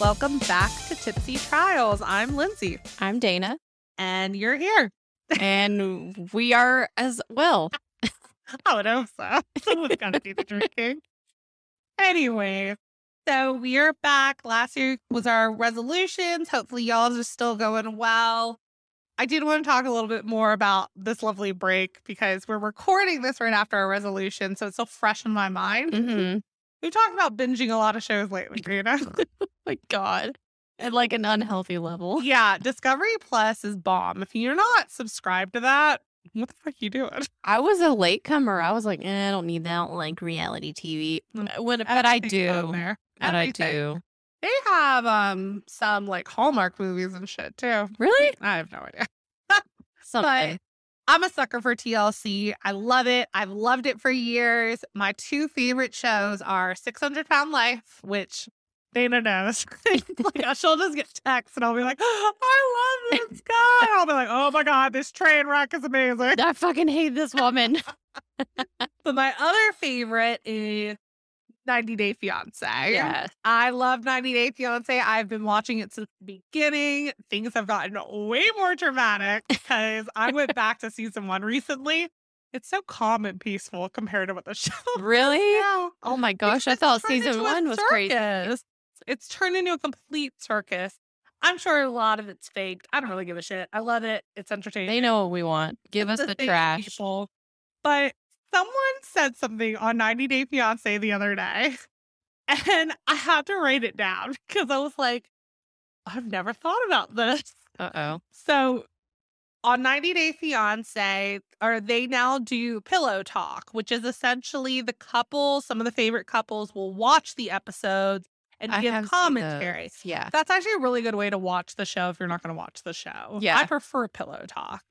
Welcome back to Tipsy Trials. I'm Lindsay, I'm Dana, and you're here. and we are as well. Oh, no, so someone's gonna do the drinking. Anyway, so we are back. Last year was our resolutions. Hopefully, y'all's are still going well. I did want to talk a little bit more about this lovely break because we're recording this right after our resolution, so it's still fresh in my mind. Mhm. We've talked about binging a lot of shows lately, you know? My God, at like an unhealthy level. yeah, Discovery Plus is bomb. If you're not subscribed to that, what the fuck you doing? I was a latecomer. I was like, eh, I don't need that. I don't like reality TV. Mm. When, but I Everything's on do. there. But I Everything. do. They have um some like Hallmark movies and shit too. Really? I have no idea. Something. I'm a sucker for TLC. I love it. I've loved it for years. My two favorite shows are 600 Pound Life, which Dana knows. like she'll just get texts and I'll be like, I love this guy. I'll be like, oh my god, this train wreck is amazing. I fucking hate this woman. But my other favorite is 90 Day Fiance. yes. I love 90 Day Fiance. I've been watching it since the beginning. Things have gotten way more dramatic because I went back to season one recently. It's so calm and peaceful compared to what the show is Really? now. Oh my Because gosh, I it's thought turned season into a one was crazy. circus. It's turned into a complete circus. I'm sure a lot of it's faked. I don't really give a shit. I love it. It's entertaining. They know what we want. Give us It's the thing, trash. People. But someone said something on 90 Day Fiance the other day, and I had to write it down because I was like, I've never thought about this. Uh oh. So on 90 Day Fiance, or they now do pillow talk, which is essentially the couple, some of the favorite couples will watch the episodes and I have give seen commentary. those. Yeah. That's actually a really good way to watch the show if you're not going to watch the show. I Yeah. prefer Pillow Talk.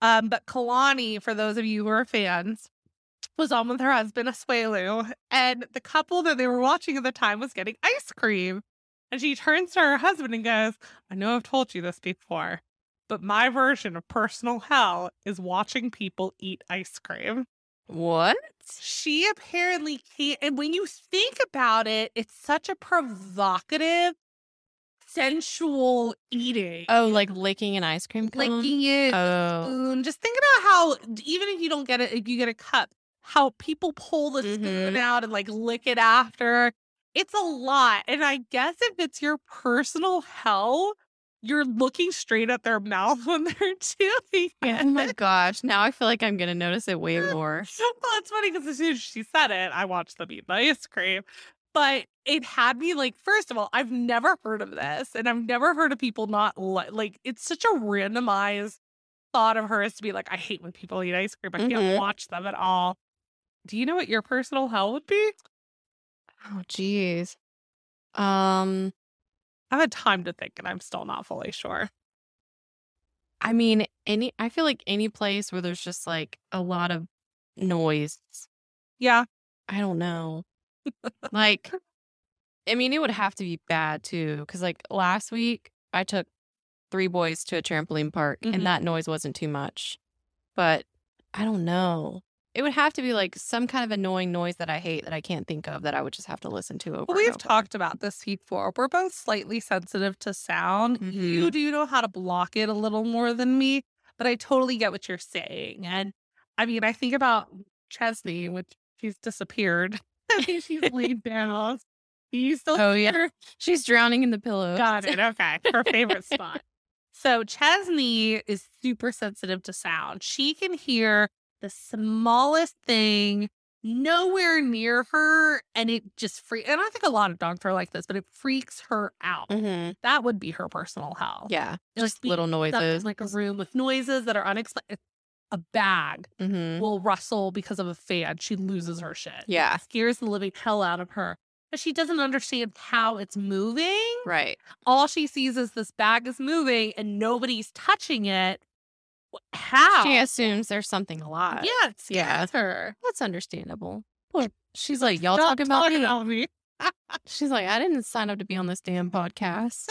Um, but Kalani, for those of you who are fans, was on with her husband Asuelu, and the couple that they were watching at the time was getting ice cream. And she turns to her husband and goes, I know I've told you this before, but my version of personal hell is watching people eat ice cream. What? She apparently can't. And when you think about it, it's such a provocative, sensual eating. Oh, like licking an ice cream cone? Licking it, Oh. spoon. Just think about how, even if you don't get it, if you get a cup, how people pull the spoon Mhm. out and like lick it after. It's a lot. And I guess if it's your personal hell, you're looking straight at their mouth when they're doing Oh it. my gosh. Now I feel like I'm going to notice it way more. well, it's funny because as soon as she said it, I watched them eat the ice cream. But it had me like, first of all, I've never heard of this, and I've never heard of people not li- like. It's such a randomized thought of hers to be like, I hate when people eat ice cream. I can't Mhm. watch them at all. Do you know what your personal hell would be? Oh, geez. Um, I've had time to think, and I'm still not fully sure. I mean, any. I feel like any place where there's just like a lot of noise. Yeah, I don't know. like, I mean, it would have to be bad too, because like last week I took three boys to a trampoline park, Mhm. and that noise wasn't too much. But I don't know. It would have to be like some kind of annoying noise that I hate that I can't think of that I would just have to listen to over. Well, and we've over. talked about this before. We're both slightly sensitive to sound. Mm-hmm. You do know how to block it a little more than me, but I totally get what you're saying. And I mean, I think about Chesney, which she's disappeared. I mean, she's laid down. You still Oh yeah, she's drowning in the pillow. Got it. Okay. Her favorite spot. So Chesney is super sensitive to sound. She can hear the smallest thing nowhere near her. And it just freaks. And I think a lot of dogs are like this, but it freaks her out. Mm-hmm. That would be her personal hell. Yeah, Oh, It'll just be little Stuck in, noises. like a room with noises that are unexplained. A bag mm-hmm. will rustle because of a fan. She loses her shit. Yeah, Scares the living hell out of her. But she doesn't understand how it's moving right. all she sees is this bag is moving and nobody's touching it. Wh- How? She assumes there's something alive. Yeah, it's Yeah. her. That's understandable. Look, she's like, y'all Stop talking about me? me. She's like, I didn't sign up to be on this damn podcast.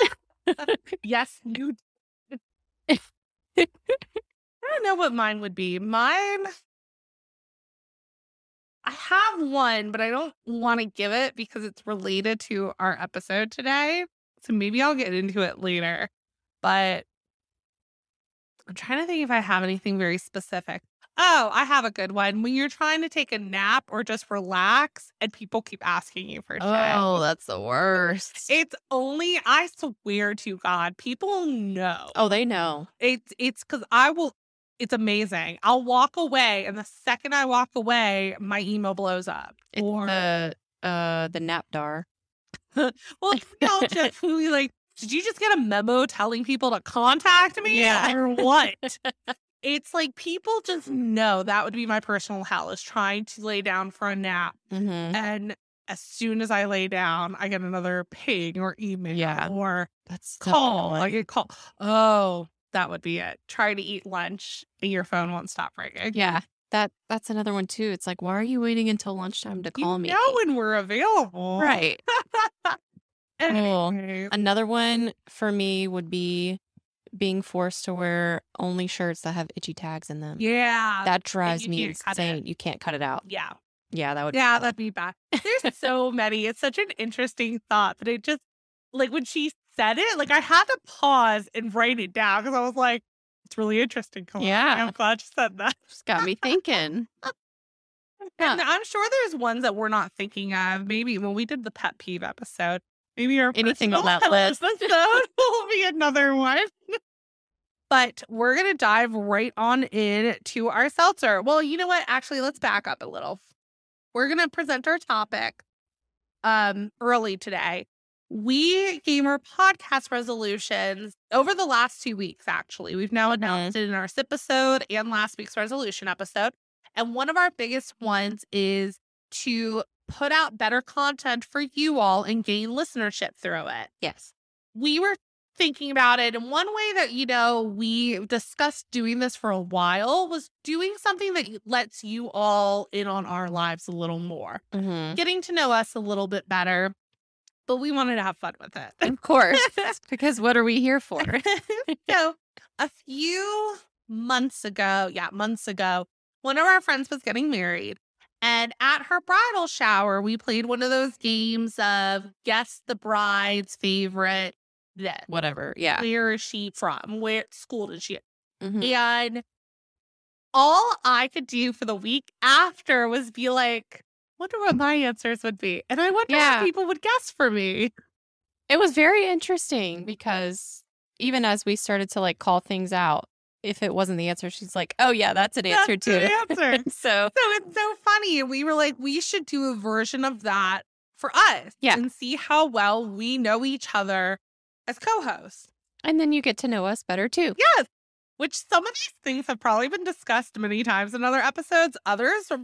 Yes, you. did. I don't know what mine would be. Mine. I have one, but I don't want to give it because it's related to our episode today. So maybe I'll get into it later. But I'm trying to think if I have anything very specific. Oh, I have a good one. When you're trying to take a nap or just relax and people keep asking you for shit. Oh, that's the worst. It's only I swear to God, people know. Oh, they know. It's it's because I will. It's amazing. I'll walk away, and the second I walk away, my email blows up. It's or the uh the napdar. well, I'll just be like, did you just get a memo telling people to contact me? Yeah. or what? it's like people just know that would be my personal hell is trying to lay down for a nap, Mm-hmm. and as soon as I lay down, I get another ping or email Yeah. or That's so call. annoying. Like a call. Oh, that would be it. Try to eat lunch and your phone won't stop ringing. yeah, that that's another one too. It's like, why are you waiting until lunchtime to You call me? know when we're available. right. Cool. Anyways. Another one for me would be being forced to wear only shirts that have itchy tags in them. Yeah. um, That drives you me can't cut it. insane. You can't cut it out. yeah. Yeah, that would. Yeah, that'd be bad. There's so many. It's such an interesting thought, but it just like when she said it, like I had to pause and write it down because I was like, it's really interesting. Kalani. Oh, Yeah. I'm glad you said that. just got me thinking. Yeah. And I'm sure there's ones that we're not thinking of. Maybe when we did the pet peeve episode, maybe our Anything on personal that list. episode will be another one. But we're gonna dive right on in to our seltzer. Well, you know what? Actually, let's back up a little. We're gonna present our topic um early today. We gave our podcast resolutions over the last two weeks, actually. We've now announced it in our SIP episode and last week's resolution episode. And one of our biggest ones is to put out better content for you all and gain listenership through it Yes. we were thinking about it and one way that you know we discussed doing this for a while was doing something that lets you all in on our lives a little more Mm-hmm. getting to know us a little bit better but we wanted to have fun with it Of course. because what are we here for? so a few months ago yeah months ago one of our friends was getting married and at her bridal shower we played one of those games of guess the bride's favorite this Whatever. Yeah. where is she from? Where school did she? Mhm. And all I could do for the week after was be like, wonder what my answers would be. And I wonder Yeah. what people would guess for me. It was very interesting because even as we started to like call things out, if it wasn't the answer, she's like, "Oh yeah, that's an answer That's an too." answer. So so it's so funny. And we were like, we should do a version of that for us Yeah. and see how well we know each other as co hosts. And then you get to know us better too. Yes. Which some of these things have probably been discussed many times in other episodes. Others are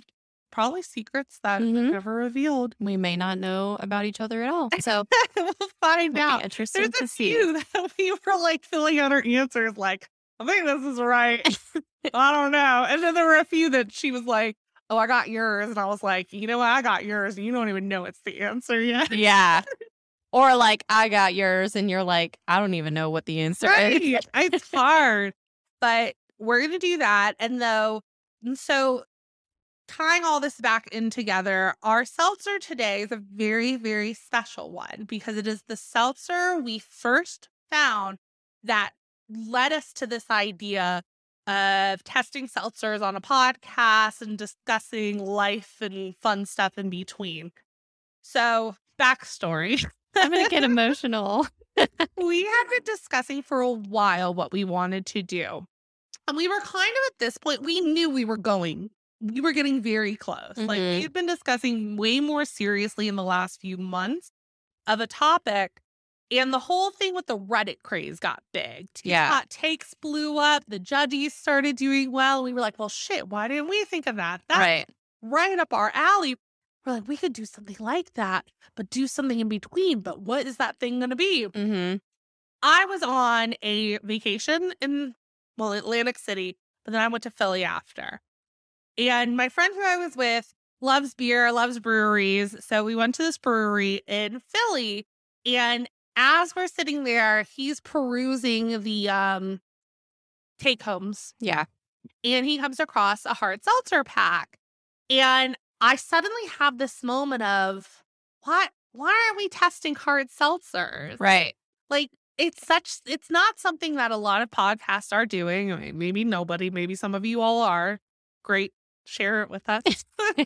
probably secrets that Mhm. were never revealed. We may not know about each other at all. So we'll find it'll be out. There's interesting a to see. few that we were like filling out her answers, like, I think this is right. I don't know. And then there were a few that she was like, Oh, I got yours. And I was like, You know what? I got yours. And you don't even know it's the answer yet. Yeah. Or like I got yours and you're like, I don't even know what the answer is. Right. it's hard. But we're going to do that. And though, and so tying all this back in together, our seltzer today is a very, very special one because it is the seltzer we first found that led us to this idea of testing seltzers on a podcast and discussing life and fun stuff in between. So, backstory I'm gonna get emotional. we had been discussing for a while what we wanted to do. And we were kind of at this point, we knew we were going, we were getting very close. Like Mhm. we had been discussing way more seriously in the last few months of a topic. And the whole thing with the Reddit craze got big. Two Yeah. Hot takes blew up. The judges started doing well. We were like, well, shit, why didn't we think of that? That's right. right up our alley. We're like, we could do something like that, but do something in between. But what is that thing going to be? Mm-hmm. I was on a vacation in, well, Atlantic City, but then I went to Philly after. And my friend who I was with loves beer, loves breweries. So we went to this brewery in Philly. And as we're sitting there, he's perusing the um, take homes Yeah. and he comes across a hard seltzer pack. And I suddenly have this moment of, what? Why aren't we testing hard seltzers? Right. Like it's such it's not something that a lot of podcasts are doing. I mean, maybe nobody, maybe some of you all are. Great, share it with us.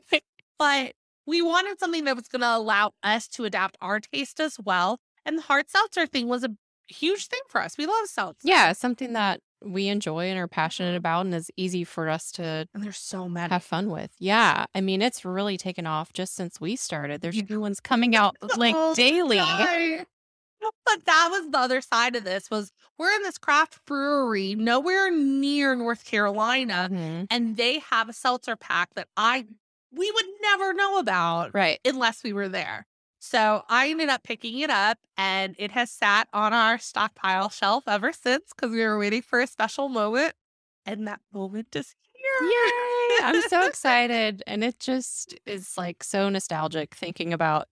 but we wanted something that was going to allow us to adapt our taste as well. And the hard seltzer thing was a huge thing for us. We love seltzer. yeah, something that we enjoy and are passionate about and is easy for us to And there's so many. have fun with. Yeah. I mean, it's really taken off just since we started. There's new ones coming out like Oh, daily. Sorry. But that was the other side of this was we're in this craft brewery nowhere near North Carolina Mhm. and they have a seltzer pack that I we would never know about Right. unless we were there. So I ended up picking it up and it has sat on our stockpile shelf ever since because we were waiting for a special moment. And that moment is here. Yay! I'm so excited. And it just is like so nostalgic thinking about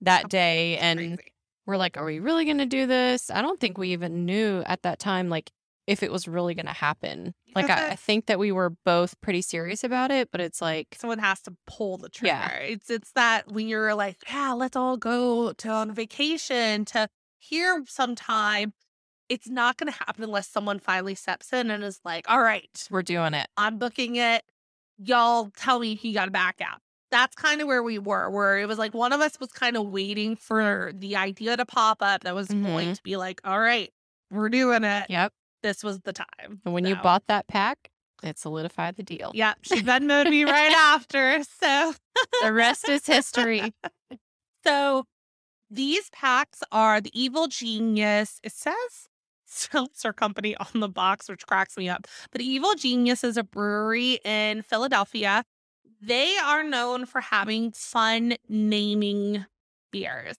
that day. And Crazy. we're like, are we really going to do this? I don't think we even knew at that time, like, if it was really going to happen. Like, I, I think that we were both pretty serious about it, but it's like, someone has to pull the trigger. Yeah. It's it's that when you're like, yeah, let's all go to on vacation to here sometime. It's not going to happen unless someone finally steps in and is like, all right, we're doing it. I'm booking it. Y'all tell me he got to back out. That's kind of where we were, where it was like one of us was kind of waiting for the idea to pop up that was going Mhm. to be like, all right, we're doing it. Yep. This was the time. And when you So- bought that pack, it solidified the deal. Yep. She Venmoed me right after. So, The rest is history. so these packs are the Evil Genius. It says Seltzer Company on the box, which cracks me up. But Evil Genius is a brewery in Philadelphia. They are known for having fun naming beers.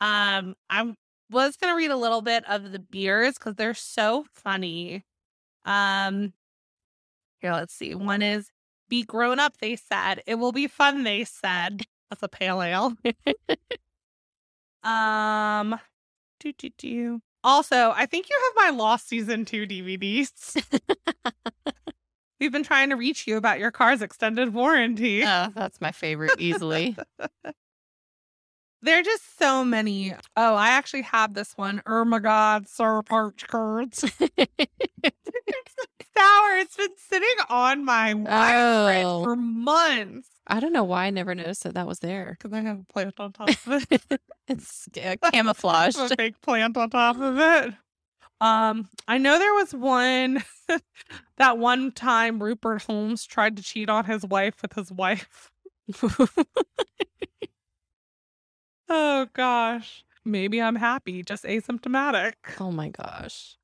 Um, I was gonna read a little bit of the beers because they're so funny. Um, here, let's see. One is "Be grown up," they said. It will be fun, they said. That's a pale ale. um, do do do. Also, I think you have my Lost Season 2 DVDs. We've been trying to reach you about your car's extended warranty. Oh, that's my favorite easily. There are just so many. Oh, I actually have this one. Oh my God, sour parch curds. it's sour. It's been sitting on my wire Oh. for months I don't know why I never noticed that that was there. because I have a plant on top of it. It's uh, camouflaged. a big plant on top of it. Um, I know there was one that one time Rupert Holmes tried to cheat on his wife with his wife. Oh gosh. Maybe I'm happy, just asymptomatic. oh my gosh.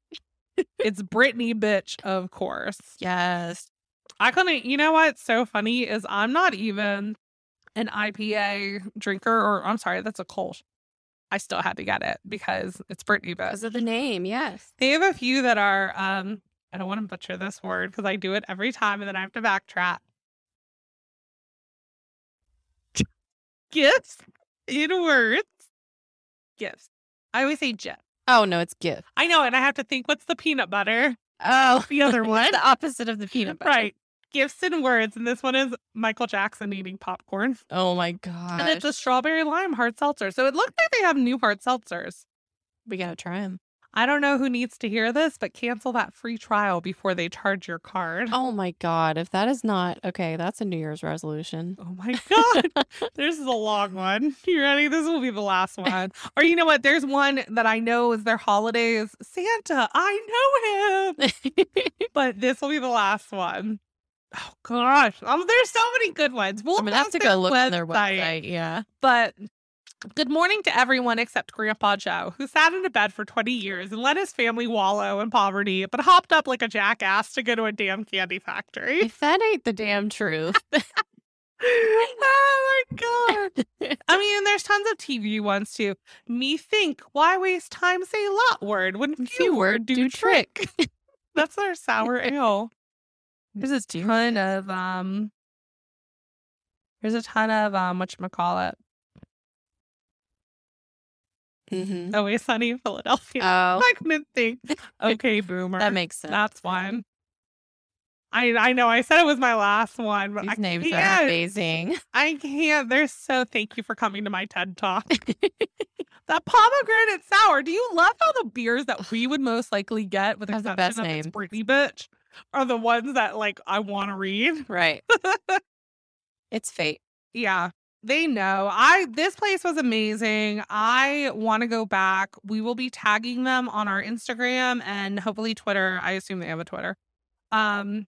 It's Brittany, bitch, of course. Yes. I couldn't. You know what's so funny is I'm not even an IPA drinker, or I'm sorry, that's a Kolsch. I still had to get it because it's Brittany But Because of the name, yes. They have a few that are. um I don't want to butcher this word because I do it every time, and then I have to backtrack. Gifts in words. Gifts. I always say gif. Oh no, it's gift. I know, and I have to think. What's the peanut butter? Oh, The other one. the opposite of the peanut butter. Right. Gifts and words. And this one is Michael Jackson eating popcorn. Oh my gosh. And it's a strawberry lime hard seltzer. So it looks like they have new hard seltzers. we gotta try him. I don't know who needs to hear this, but cancel that free trial before they charge your card. Oh my god, if that is not okay, that's a New Year's resolution. Oh my God. this is a long one. You ready? This will be the last one. Or you know what? There's one that I know is their holidays. Santa, I know him. But this will be the last one. Oh gosh. Um, there's so many good ones. We'll I'm gonna have post to their go look on their website. website. Yeah. But good morning to everyone except Grandpa Joe, who sat in a bed for 20 years and let his family wallow in poverty, but hopped up like a jackass to go to a damn candy factory. If that ain't the damn truth. oh my God. I mean, there's tons of TV ones too. Me think, why waste time? Say lot word when few Few word word do do trick. trick. That's our sour ale. This is dear. ton of, um, there's a ton of, um, whatchamacallit, Mm-hmm. always sunny in Philadelphia. Oh, I couldn't think. Okay, boomer. that makes sense. That's fine. I I know I said it was my last one, but I These names are can't. amazing. I can't. They're so thank you for coming to my TED talk. that pomegranate sour. Do you love how the beers that we would most likely get with Has the exception best of name. it's Britney bitch are the ones that like I want to read? Right. it's fate. Yeah. They know. I this place was amazing. I want to go back. We will be tagging them on our Instagram and hopefully Twitter. I assume they have a Twitter. Um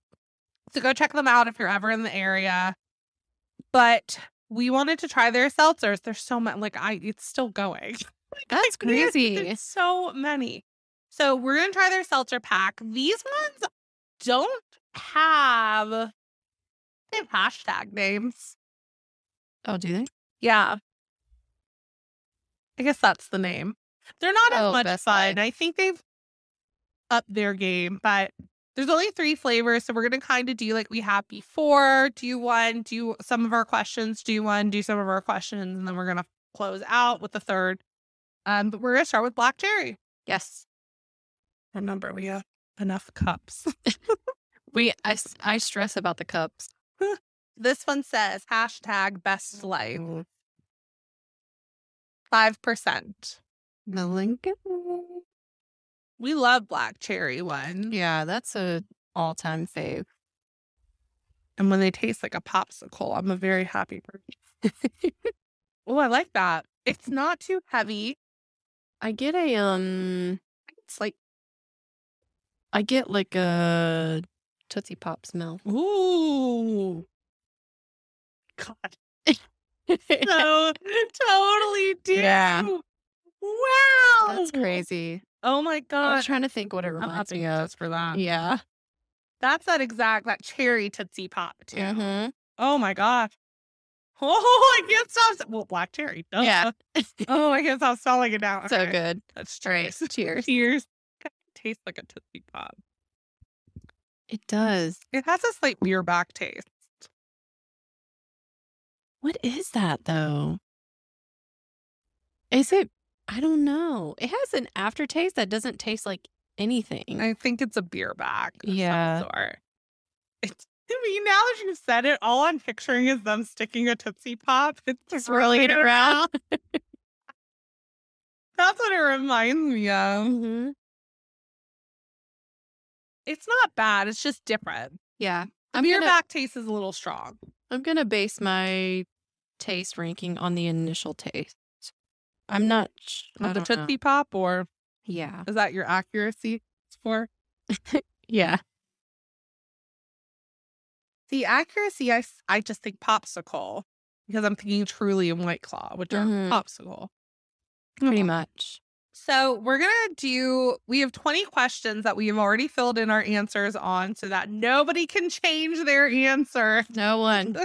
so go check them out if you're ever in the area. But we wanted to try their seltzers. There's so much like I it's still going. That's There's- crazy. There's so many. So we're gonna try their seltzer pack. These ones don't have they have hashtag names. Oh, do they? Yeah. I guess that's the name. They're not Oh, as much Best fun. Buy. I think they've upped their game, but there's only three flavors. So we're going to kind of do like we have before do one, do some of our questions, do one, do some of our questions, and then we're going to close out with the third. Um, but we're going to start with Black Cherry. Yes. Remember, we have enough cups. We I, s- I stress about the cups. this one says hashtag best life, 5%. The Lincoln. We love Black Cherry one. Yeah, that's a all time fave. And when they taste like a popsicle, I'm a very happy person. oh, I like that. It's not too heavy. I get a um It's like, I get like a Tootsie Pop smell. ooh. God. So totally do. Yeah. Wow. That's crazy. Oh my I God. was trying to think what it reminds me of. for that. Yeah. That's that exact, that cherry Tootsie Pop, too. Mm-hmm. Oh my gosh. Oh, I can't stop. s- Well, black cherry. duh. Yeah. Oh, I can't stop smelling it now. So Okay. good. That's Right. cheers. Cheers. Tears. Tastes like a Tootsie Pop. It does. It has a slight beer back taste. What is that though? Is it? I don't know. It has an aftertaste that doesn't taste like anything. I think it's a beer back. of some Yeah. sort. It's, I mean, now that you've said it, all I'm picturing is them sticking a Tootsie Pop. It's just Swirling it around. That's what it reminds me of. Mhm. It's not bad. It's just different. Yeah, The I'm beer gonna, back taste is a little strong. I'm gonna base my taste ranking on the initial taste. I'm not. sh- I Of the don't know. Tootsie Pop, or Yeah. is that your accuracy score? Yeah. The accuracy, I, s- I just think popsicle because I'm thinking truly and White Claw, which are Mhm. popsicle. Pretty Mhm. much. So we're gonna do. We have 20 questions that we have already filled in our answers on, so that nobody can change their answer. No one.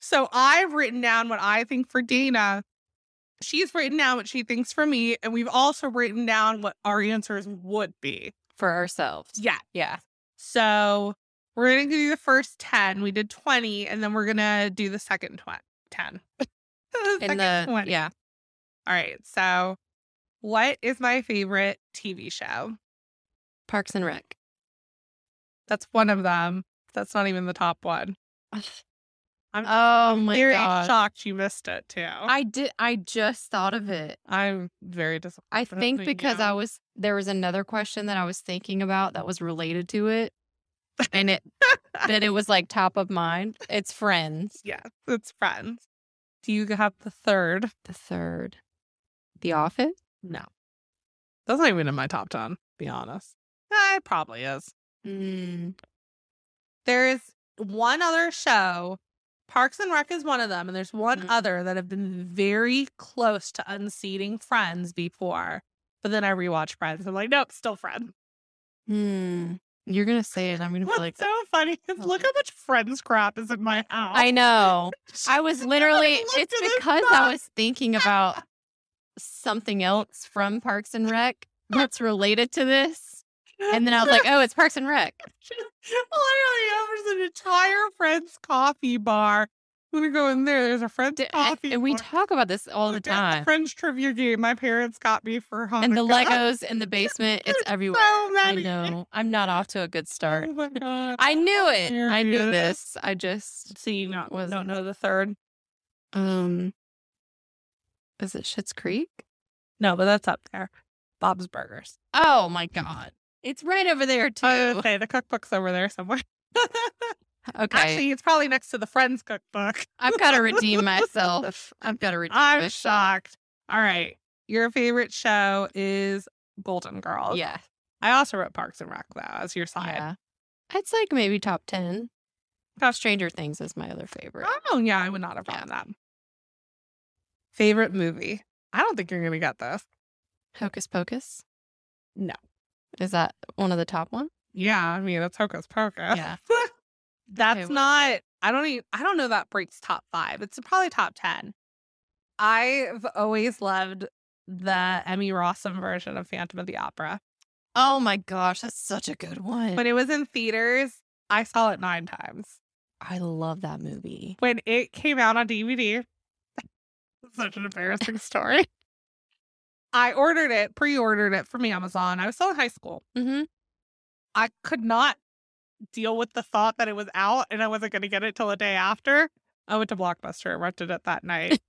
So I've written down what I think for Dana. She's written down what she thinks for me, and we've also written down what our answers would be. for ourselves. Yeah. Yeah. So we're gonna do the first 10. We did 20, and then we're gonna do the second twen- 10. The In second the 20. yeah. All right. So, what is my favorite TV show? Parks and Rec. That's one of them. That's not even the top one. Oh my Very gosh. shocked you missed it too. I, I did. I just thought of it. am very disappointed. I But think like, because yeah. I was there was another question that I was thinking about that was related to it, and it that it was like top of mind. It's Friends, Yes, it's Friends. Do you have the third? the third, The Office. No. That's not even in my top 10, to be honest. Eh, it probably is. Mm. There is one other show. Parks and Rec is one of them, and there's one Mhm. other that have been very close to unseating Friends before. But then I rewatch Friends. I'm like, nope, still Friends. Mm. You're gonna say it. I'm gonna be What's like, so funny is Oh. look how much Friends crap is in my house. I know. I was Just literally. looked It's at this because box. I was thinking about something else from Parks and Rec that's related to this, and then I was like, oh, it's Parks and Rec. literally over an entire Friends coffee bar I'm gonna go in there. There's a French Di- I- coffee. and we bar. talk about this all the Look at time. French trivia game. My parents got me for Hanukkah. And the Legos in the basement, it's everywhere. So I many. know. I'm not off to a good start. Oh my god. I knew it. You're I knew good. this. I just See, not Was- don't know the third. um is it Schitt's Creek? No, but that's up there. Bob's Burgers. Oh my god. It's right over there too. I would say the cookbook's over there somewhere. okay. Actually, it's probably next to the Friends cookbook. I've gotta redeem myself. I've gotta redeem I'm myself. shocked. All right. Your favorite show is Golden Girls. Yeah. I also wrote Parks and Rec though as your side. Yeah. It's like maybe top ten. Top- Stranger Things is my other favorite. Oh yeah, I would not have Yeah. gotten that. Favorite movie? I don't think you're gonna get this. Hocus Pocus? No. Is that one of the top ones? Yeah, I mean that's Hocus Pocus. Yeah. That's well- not. I don't. Even, I don't know that breaks top five. It's probably top ten. I've always loved the Emmy Rossum version of Phantom of the Opera. Oh my gosh, that's such a good one. When it was in theaters, I saw it nine times. I love that movie. When it came out on DVD, such an embarrassing story. I ordered it, pre-ordered it from Amazon. I was still in high school. Mm-hmm. I could not deal with the thought that it was out and I wasn't going to get it till the day after. I went to Blockbuster and rented it that night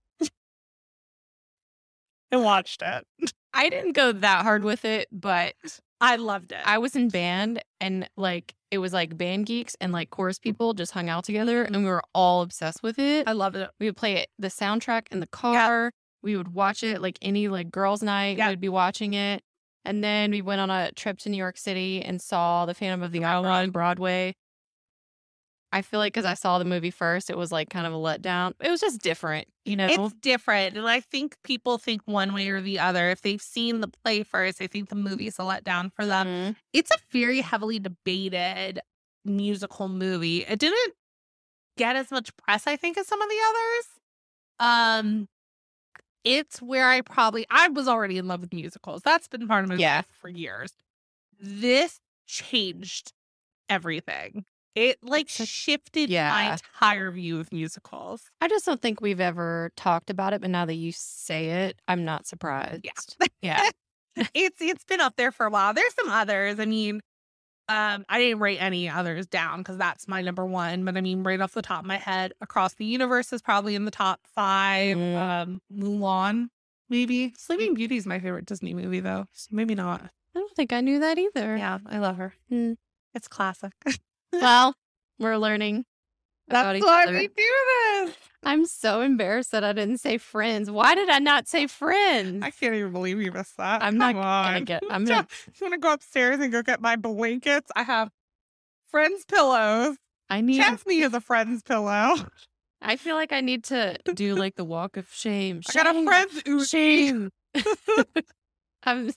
and watched it. I didn't go that hard with it, but I loved it. I was in band and like it was like band geeks and like chorus people just hung out together and we were all obsessed with it. I loved it. We would play it the soundtrack in the car. We would watch it like any like girls' night. Yeah. We would be watching it. And then we went on a trip to New York City and saw The Phantom of the Opera on Broadway. I feel like because I saw the movie first, it was like kind of a letdown. It was just different, you know. It's different. And I think people think one way or the other. If they've seen the play first, they think the movie's a letdown for them. Mhm. It's a very heavily debated musical movie. It didn't get as much press, I think, as some of the others. Um, it's where I probably I was already in love with musicals. That's been part of my Yeah. life for years. This changed everything. It like It's a- shifted my yeah. entire view of musicals. I just don't think we've ever talked about it, but now that you say it, I'm not surprised. Yeah. it's it's been up there for a while. There's some others. I mean, um, I didn't write any others down because that's my number one. But I mean, right off the top of my head, Across the Universe is probably in the top five. Mm. Um, Mulan, maybe. Sleeping Beauty is my favorite Disney movie though. So maybe not. I don't think I knew that either. Yeah, I love her. Mm. It's classic. Well, we're learning about that's each why other. we do this. I'm so embarrassed that I didn't say friends. Why did I not say friends? I can't even believe you missed that. Mm. I'm not Come on. gonna get. I'm gonna, I'm gonna go upstairs and go get my blankets. I have friends' pillows. I need. Chesney is a friend's pillow. I feel like I need to do like the walk of shame. I got a Shame, friend's Uzi, Shame. I'm.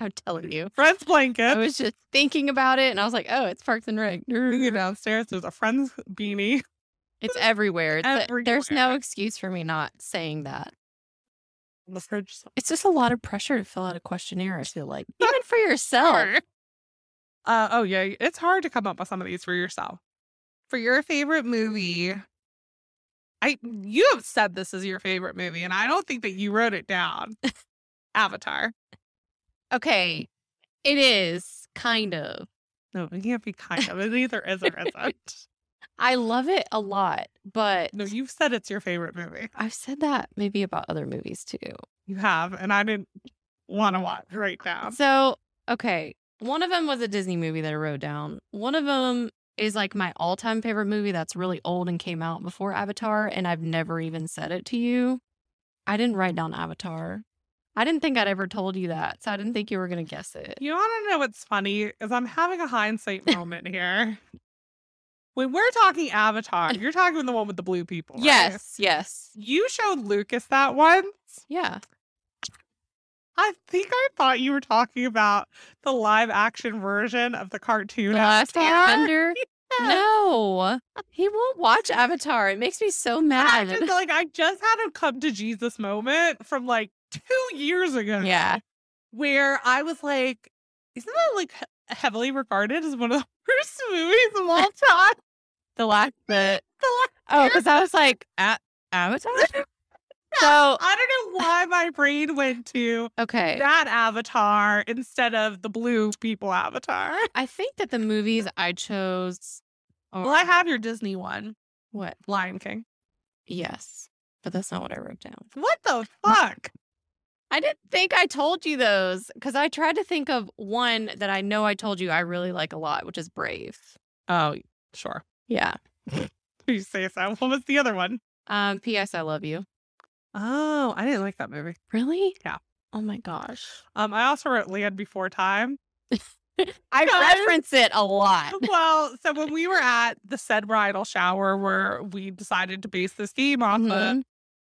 I'm telling you. friend's I blanket. was just thinking about it, and I was like, "Oh, it's Parks and Rec. We go downstairs. There's a friend's beanie. It's everywhere. It's There's no Everywhere. excuse for me not saying that. on The fridge somewhere. It's just a lot of pressure to fill out a questionnaire. I feel like even for yourself. Uh, oh yeah, it's hard to come up with some of these for yourself. For your favorite movie, I you have said this is your favorite movie, and I don't think that you wrote it down. Avatar. Okay, it is kind of. No, you can't be kind of. It either is or isn't. I love it a lot, but No, you've said it's your favorite movie. I've said that maybe about other movies too. You have, and I didn't want to watch right now. So, okay, one of them was a Disney movie that I wrote down. One of them is like my all-time favorite movie that's really old and came out before Avatar and I've never even said it to you. I didn't write down Avatar. I didn't think I'd ever told you that, so I didn't think you were going to guess it. You want to know what's funny is I'm having a hindsight moment here. When we're talking Avatar, you're talking the one with the blue people. right? Yes, yes. You showed Lucas that one. Yeah. I think I thought you were talking about the live action version of the cartoon. Last Avatar. Airbender. No. He won't watch Avatar. It makes me so I mad. just, like I just had a come to Jesus moment from like two years ago. Yeah. Where I was like, isn't that like he- heavily regarded as one of the worst movies of all time? The last the The la- Oh, because I was like, A- Avatar? So, I don't know why my brain went to okay. that avatar instead of the blue people avatar. I think that the movies I chose. Are, Well, I have your Disney one, What? Lion King. Yes. But that's not what I wrote down. What the fuck? I didn't think I told you those because I tried to think of one that I know I told you I really like a lot, which is Brave. Oh, sure. Yeah. You say so. What was the other one? Um, P.S. I love you. Oh, I didn't like that movie. Really? Yeah. Oh my gosh. Um, I also wrote Land Before Time. I Guys. reference it a lot. well, so when we were at the said bridal shower where we decided to base this game off of, Mhm.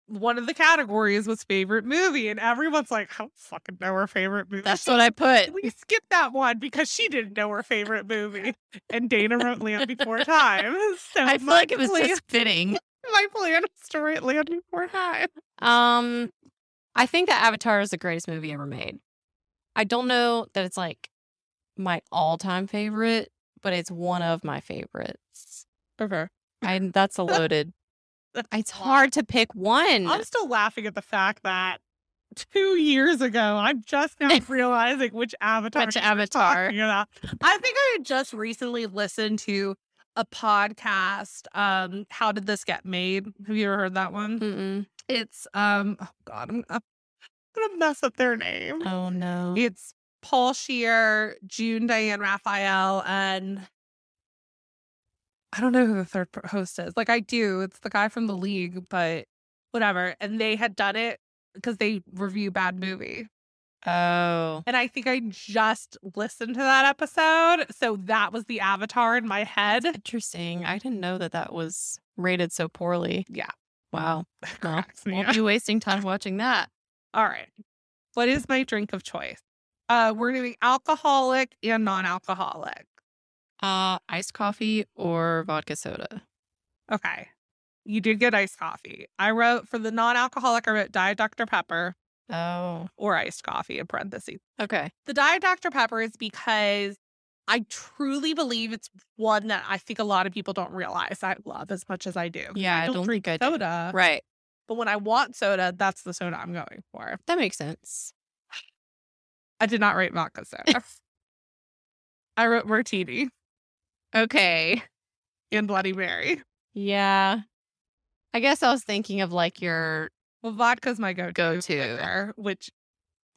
one of the categories was favorite movie, and everyone's like, I don't fucking know her favorite movie. That's what I put. we skipped that one because she didn't know her favorite movie. And Dana wrote Land Before Time. So I feel my like it was plan- just fitting. my plan was to write Land Before Time. Um, I think that Avatar is the greatest movie ever made. I don't know that it's like my all-time favorite, but it's one of my favorites. Okay. And that's a loaded. That's it's a lot. hard to pick one. I'm still laughing at the fact that two years ago, I'm just now realizing which avatar Which you were avatar. talking about. I think I had just recently listened to a podcast. Um, How did this get made? Have you ever heard that one? Mm-mm. It's um, oh god, I'm, I'm gonna mess up their name. Oh no. It's Paul Shear, June Diane Raphael, and I don't know who the third per- host is. Like I do, it's the guy from the league, but whatever. And they had done it because they review bad movie. Oh. And I think I just listened to that episode, so that was the avatar in my head. Interesting. I didn't know that that was rated so poorly. Yeah. Wow. Well, Cracks me won't up. be wasting time watching that. All right. What is my drink of choice? Uh, we're doing alcoholic and non-alcoholic. Uh, iced coffee or vodka soda. Okay. You did get iced coffee. I wrote for the non alcoholic, I wrote Diet Dr. Pepper Oh. or iced coffee in parentheses. Okay. The Diet Dr. Pepper is because I truly believe it's one that I think a lot of people don't realize I love as much as I do. Yeah, I don't drink think I do. soda. Right. But when I want soda, that's the soda I'm going for. That makes sense. I did not write vodka soda. I wrote martini Okay. and Bloody Mary. Yeah. I guess I was thinking of like your Well, vodka's my go-to, Go-to. liquor, which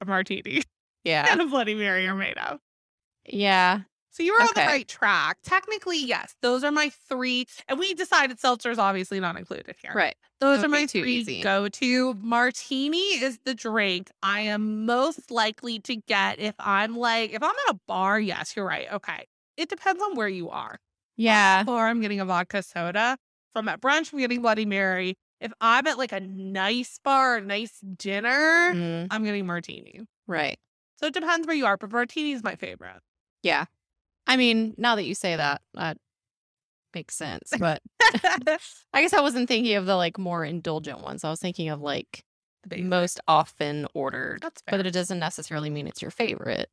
a martini yeah. and a Bloody Mary are made of. Yeah. So you were on the Okay. right track. Technically, yes, those are my three. And we decided seltzer is obviously not included here. Right. Those are Okay, my too three easy. go to. Martini is the drink I am most likely to get if I'm like, if I'm at a bar, yes, you're right. Okay. It depends on where you are. Yeah. Or I'm getting a vodka soda. If I'm at brunch, I'm getting Bloody Mary. If I'm at like a nice bar, a nice dinner, Mm, I'm getting martini. right. So it depends where you are, but martini is my favorite. Yeah. I mean, now that you say that, that makes sense. But The I guess I wasn't thinking of the like more indulgent ones. I was thinking of like basic. most often ordered, That's fair. but it doesn't necessarily mean it's your favorite.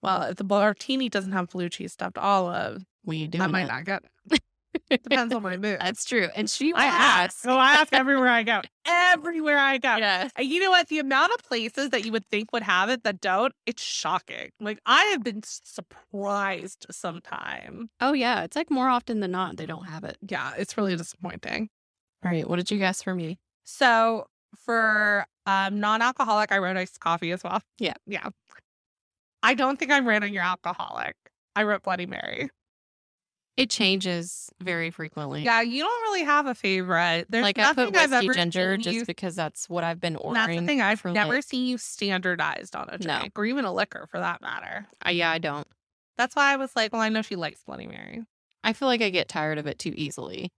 Well, if the martini doesn't have blue cheese stuffed olive, We do. I might not get it. Depends on my mood. That's true. And she I ask. asked. So I ask everywhere I go. Everywhere I go. Yes. And you know what? The amount of places that you would think would have it that don't, it's shocking. Like I have been surprised sometime. Oh yeah. It's like more often than not they don't have it. Yeah, it's really disappointing. All right. What did you guess for me? So for um, non-alcoholic, I wrote iced coffee as well. Yeah. Yeah. I don't think I ran on your alcoholic. I wrote Bloody Mary. It changes very frequently. Yeah, you don't really have a favorite. There's like I nothing put I've whiskey ever ginger seen just you- because that's what I've been ordering. that's the thing. I've for, never like- seen you standardized on a No. drink or even a liquor for that matter. Uh, yeah, I don't. That's why I was like, well, I know she likes Bloody Mary. I feel like I get tired of it too easily.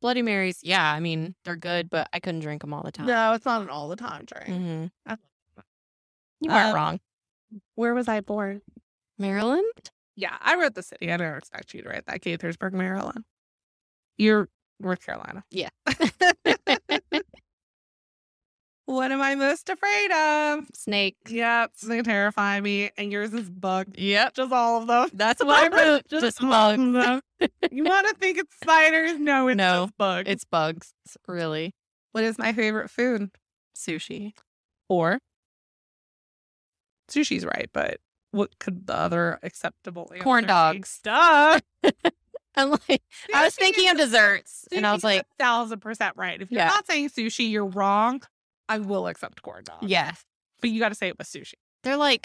Bloody Marys, yeah, I mean they're good, but I couldn't drink them all the time. No, it's not an all the time drink. hmm I- You weren't Um, wrong, Where was I born? Maryland. Yeah, I wrote the city. I don't expect you to write that. Gaithersburg, Maryland. You're North Carolina. Yeah. what am I most afraid of? Snake. Yep, they terrify me. And yours is bug. Yep, Just all of them. that's what I wrote. Just, Just mug. them. You want to think it's spiders? No, it's No, just bugs. It's bugs, really. what is my favorite food? Sushi. Or sushi's right, but what could the other acceptable answer Corn be? dogs. Duh. And like, I was Sushi thinking is of desserts, and I Sushi was like, is a thousand percent right. If you're Yeah. not saying sushi, you're wrong. I will accept corn dogs. yes. But you got to say it was sushi. They're like,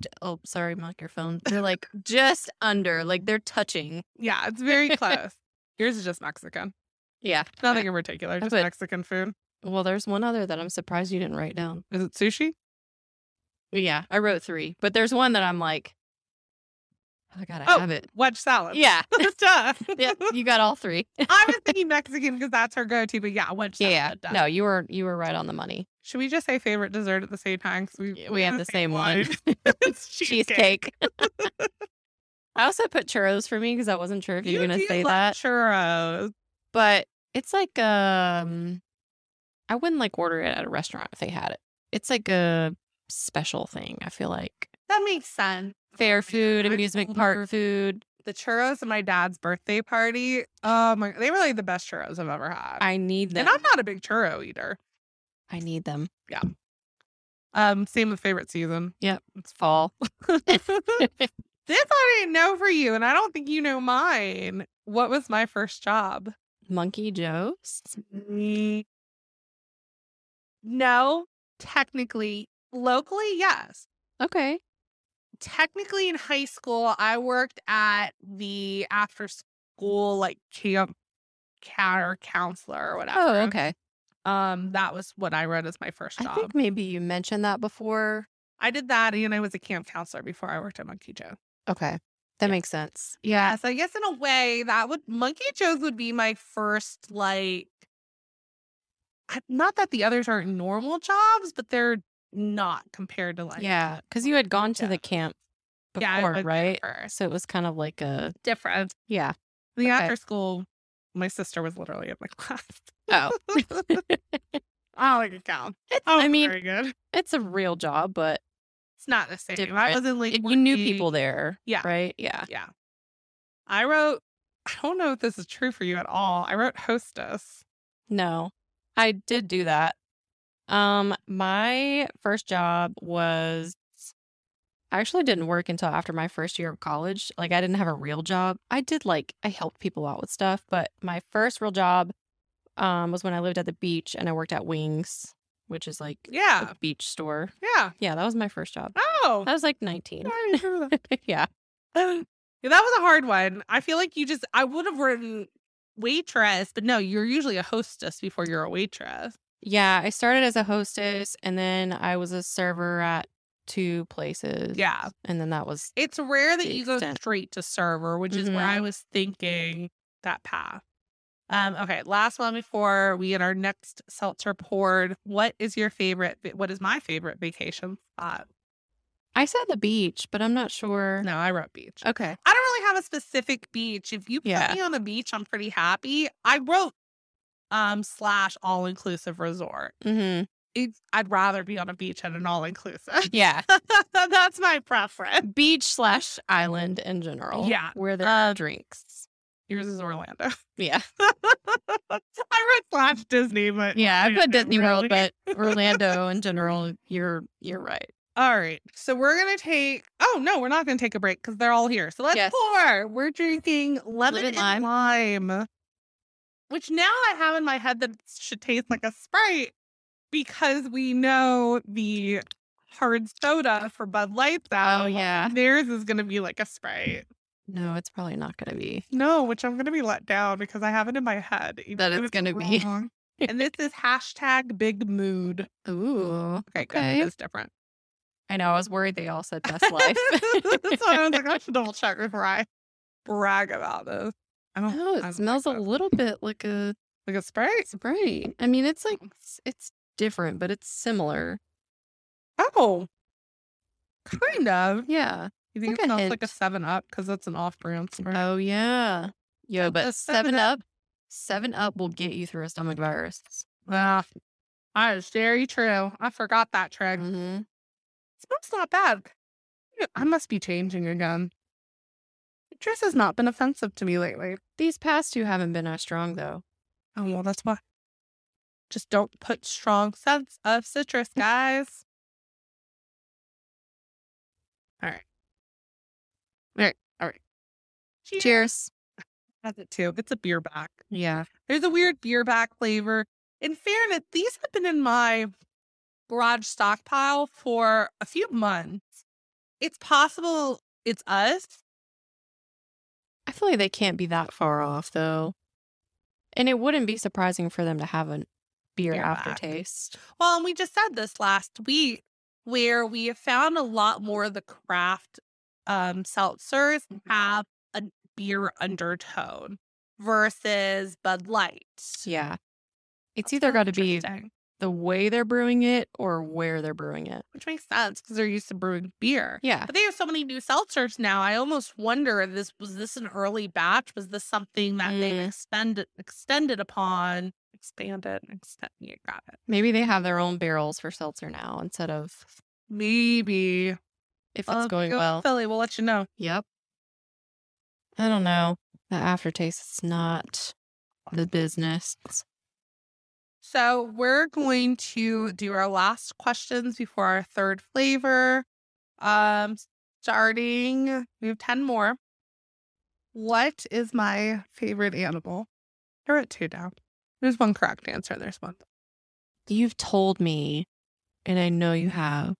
j- oh, sorry, microphone. They're like just under, like they're touching. Yeah, it's very close. Yours is just Mexican. Yeah. Nothing in particular, just put- Mexican food. Well, there's one other that I'm surprised you didn't write down. Is it sushi? Yeah, I wrote three, but there's one that I'm like, I gotta Oh. have it. Wedge salad. Yeah. Duh. Yeah, you got all three. I was thinking Mexican because that's her go to, but yeah, wedge salad. Yeah, duh. no, you were you were right on the money. Should we just say favorite dessert at the same time? 'Cause we, We have the same one. it's cheesecake. Cheesecake. I also put churros for me because I wasn't sure if you were gonna do say love that, Churros. but it's like um, I wouldn't like order it at a restaurant if they had it. It's like a special thing. I feel like That makes sense. fair food, I amusement order- park food. The churros at my dad's birthday party. Oh my! They were like the best churros I've ever had. I need them. and I'm not a big churro eater. I need them. Um, same with favorite season. Yep, it's fall. this I didn't know for you, and I don't think you know mine. What was my first job? Monkey Joe's. Mm. No, technically, locally, yes. Okay. Technically, in high school, I worked at the after Mm. school like camp counter counselor or whatever. Oh, okay. Um, that was what I read as my first job. I I, think maybe you mentioned that before. did that, and I was a camp counselor before I worked at Monkey Joe. Okay. That makes sense. Yeah, so I guess in a way that would Monkey Joe's would be my first like I- not that the others aren't normal jobs, but they're not compared to like Yeah. Because you had gone to Yeah. the camp Yeah, I before, went there right? first. So it was kind of like a, different. yeah. The Okay. after school my sister was literally in my class. Oh, I don't think it counts. It's- Oh, I mean, very good. it's a real job, but It's not the same. I different. was in like it- you knew working- people there. Yeah. Right? Yeah. Yeah. I wrote I don't know if this is true for you at all. I wrote hostess. No, I did do that. Um, my first job was I actually didn't work until after my first year of college. Like I didn't have a real job. I did like I helped people out with stuff, but my first real job um was when I lived at the beach and I worked at Wings, which is like Yeah. a beach store. Yeah. Yeah, that was my first job. Oh. I was like 19. I didn't remember that. yeah. Yeah, that was a hard one. I feel like you just I would have written waitress, but no, you're usually a hostess before you're a waitress. Yeah, I started as a hostess and then I was a server at two places. Yeah. And then that was It's rare that The you go extent. straight to server, which is where I was thinking that path. Um, okay, last one before we get our next seltzer poured. What is your favorite? va- What is my favorite vacation spot? I said the beach, but I'm not sure. No, I wrote beach. Okay. I don't really have a specific beach. If you put Oh. Yeah. me on a beach, I'm pretty happy. I wrote um slash all inclusive resort. Mm-hmm. it's, I'd rather be on a beach at an all inclusive. Yeah. That's my preference. Beach slash island in general. Yeah. Where there are Um, drinks. Yours is Orlando. Yeah. I wrote slash Disney, but Yeah. I Yeah, put Disney World, really. but Orlando in general, you're you're right. all right. So we're gonna take. Oh no, we're not gonna take a break because they're all here. So let's Yes. pour. We're drinking lemon, Lemon and lime. which now I have in my head that it should taste like a Sprite because we know the hard soda for Bud Light's out. Oh, yeah. Theirs is gonna be like a Sprite. No, it's probably not gonna be. No, which I'm gonna be let down because I have it in my head. even That if it's gonna be. wrong. and this is hashtag big mood. Ooh. Okay, good. Okay. It's different. I know, I was worried they all said best life. That's why I was like, I should double check before I brag about this. I don't no, I don't Oh, it smells a oh, like that. little bit like a like a Sprite. Sprite. I mean, it's like it's- it's different, but it's similar. Oh. Kind of. Yeah. You think Like it a smells like a hint. seven up because that's an off brand Sprite. Oh yeah. Yo, a but Seven seven up, seven up will get you through a stomach virus. Ah, that is very true. I forgot that trick. Mm-hmm. Smells not bad. I must be changing again. actress has not been offensive to me lately. These past two haven't been as strong though. Oh well, that's why. Just don't put strong scents of citrus, guys. All right. All right. All right. Cheers. That's it too. It's a beer back. Yeah. There's a weird beer back flavor. In fairness, these have been in my garage stockpile for a few months. It's possible it's us. I feel like they can't be that far off though. And it wouldn't be surprising for them to have a beer Beer back. aftertaste. Well, and we just said this last week where we have found a lot more of the craft um, seltzers Mm-hmm. have a beer undertone versus Bud Light. Yeah. It's either got to be Interesting. the way they're brewing it or where they're brewing it. which makes sense because they're used to brewing beer. Yeah. But they have so many new seltzers now. I almost wonder if this was this an early batch? Was this something that they Mm. extended extended upon? Expanded, extend. You got it. Maybe they have their own barrels for seltzer now instead of Maybe if if it's going well. Philly, we'll let you know. Yep. I don't know. The aftertaste is not the business. So we're going to do our last questions before our third flavor. Um, starting, we have ten more. What is my favorite animal? I wrote two down. There's one correct answer. and There's one. You've told me, and I know Mm-hmm. you have,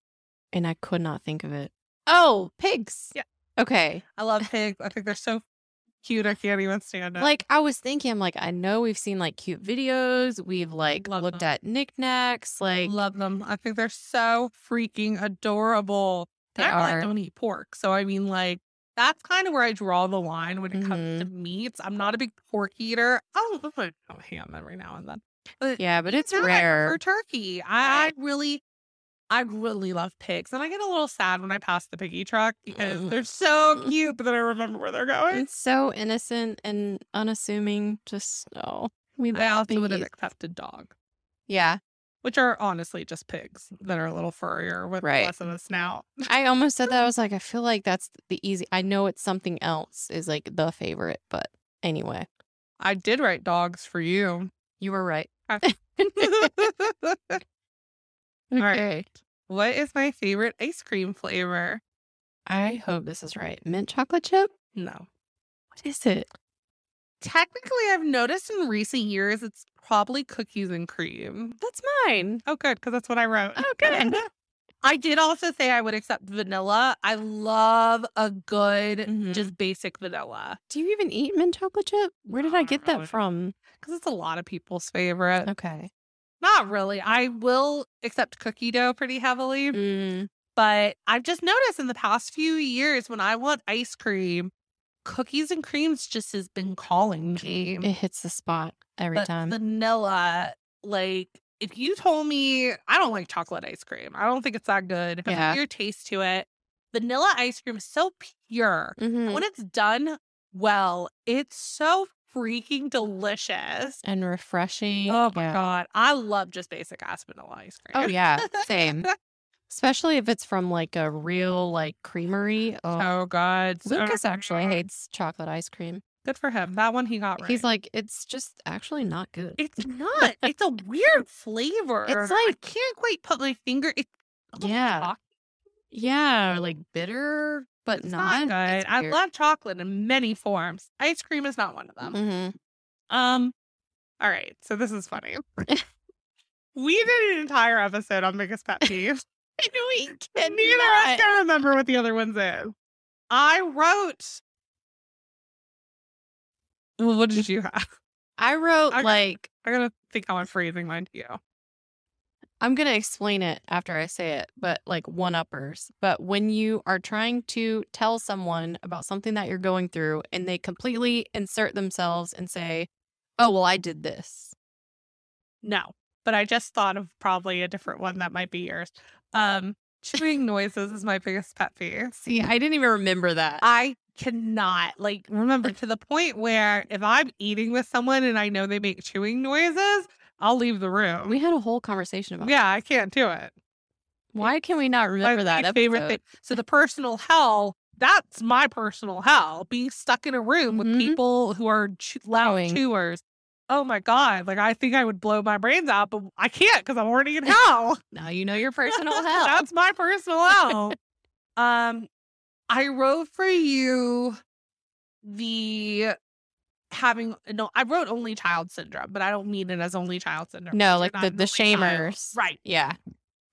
and I could not think of it. Oh, pigs. Yeah. Okay. I love pigs. I think they're so cute. I can't even stand it. Like I was thinking, I'm like, I know we've seen like cute videos. We've like Love looked them. at knickknacks. Like love them. I think they're so freaking adorable. they And I really are. don't eat pork, so I mean, like that's kind of where I draw the line when it comes to Mm-hmm. meats. I'm not a big pork eater. Oh, I'm like, oh, ham every now and then. But yeah, but it's not rare. for turkey. I, I really, I really love pigs, and I get a little sad when I pass the piggy truck because Mm. they're so cute. But then I remember where they're going. It's so innocent and unassuming. Just oh, we I love also would have piggies. accepted dog. Yeah, which are honestly just pigs that are a little furrier with Right. less of a snout. I almost said Mm. that. I was like, I feel like that's the easy. I know it's something else is like the favorite, but anyway, I did write dogs for you. you were right. All right. What is my favorite ice cream flavor? I hope this is right. Mint chocolate chip? No. What is it? Technically, I've noticed in recent years it's probably cookies and cream. That's mine. Oh, good, because that's what I wrote. Oh, good. I did also say I would accept vanilla. I love a good, Mhm. just basic vanilla Do you even eat mint chocolate chip? Where did I Not get really. that from? because it's a lot of people's favorite. Okay. Not really. I will accept cookie dough pretty heavily, Mm, but I've just noticed in the past few years when I want ice cream, cookies and creams just has been calling me. it hits the spot every But time. vanilla, like if you told me I don't like chocolate ice cream, I don't think it's that good. Has Yeah. a weird taste to it. Vanilla ice cream is so pure. Mhm. When it's done well, it's so freaking delicious. And refreshing. Oh my Yeah. god, I love just basic ass vanilla ice cream. Oh, yeah. Same. Especially if it's from like a real like creamery. Oh. Oh God, So- Lucas actually hates chocolate ice cream. Good for him. That one he got right. He's like, it's just actually not good. it's not. It's a weird flavor. It's I like- can't quite put my finger. It's oh, almost Yeah, chocolate. yeah, or, like bitter, but It's not not. good. I love chocolate in many forms. Ice cream is not one of them. hmm Um, all right. So this is funny. we did an entire episode on biggest pet peeves. we And neither of us can remember what the other one's is. I wrote. Well, what did you have? I wrote Okay. like I gotta think how I'm phrasing mine to you. I'm gonna explain it after I say it, but like one uppers. But when you are trying to tell someone about something that you're going through, and they completely insert themselves and say, "Oh, well, I did this." No, but I just thought of probably a different one that might be yours. Um, chewing noises is my biggest pet peeve. See, I didn't even remember that. I cannot like remember to the point where if I'm eating with someone and I know they make chewing noises, I'll leave the room. we had a whole conversation about. yeah, I can't do it. Why can we not My remember that least favorite episode? thing. So the personal hell that's my personal hell. Being stuck in a room with Mhm. people who are chew- loud Chewing. chewers. Oh my god! Like I think I would blow my brains out, but I can't because I'm already in hell. Now you know your personal hell. That's my personal hell. um, I wrote for you the having uh, no. I wrote only child syndrome, but I don't mean it as only child syndrome. No, 'cause you're like not the- an the only child. shamers. right? Yeah.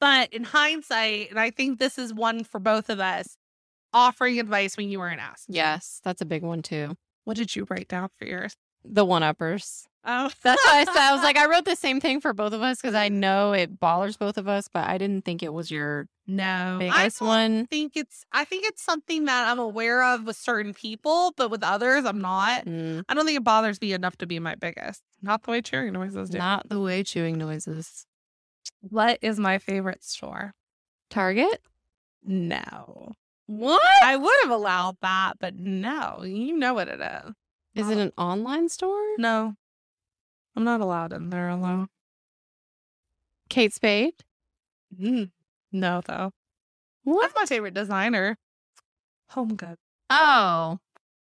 But in hindsight, and I think this is one for both of us, offering advice when you weren't asked. Yes. That's a big one too. What did you write down for yours? The one uppers. Oh, That's why I said I was like, I wrote the same thing for both of us because I know it bothers both of us, but I didn't think it was your no, biggest don't one. think it's. I think it's something that I'm aware of with certain people, but with others, I'm not. Mm, I don't think it bothers me enough to be my biggest. Not the way cheering noises do. not the way chewing noises. What is my favorite store? Target? No. What? I would have allowed that, but no. You know what it is. Is it an online store? No. I'm not allowed in there alone. Kate Spade? Mm. No, though. What? That's my favorite designer. Home Goods. Oh.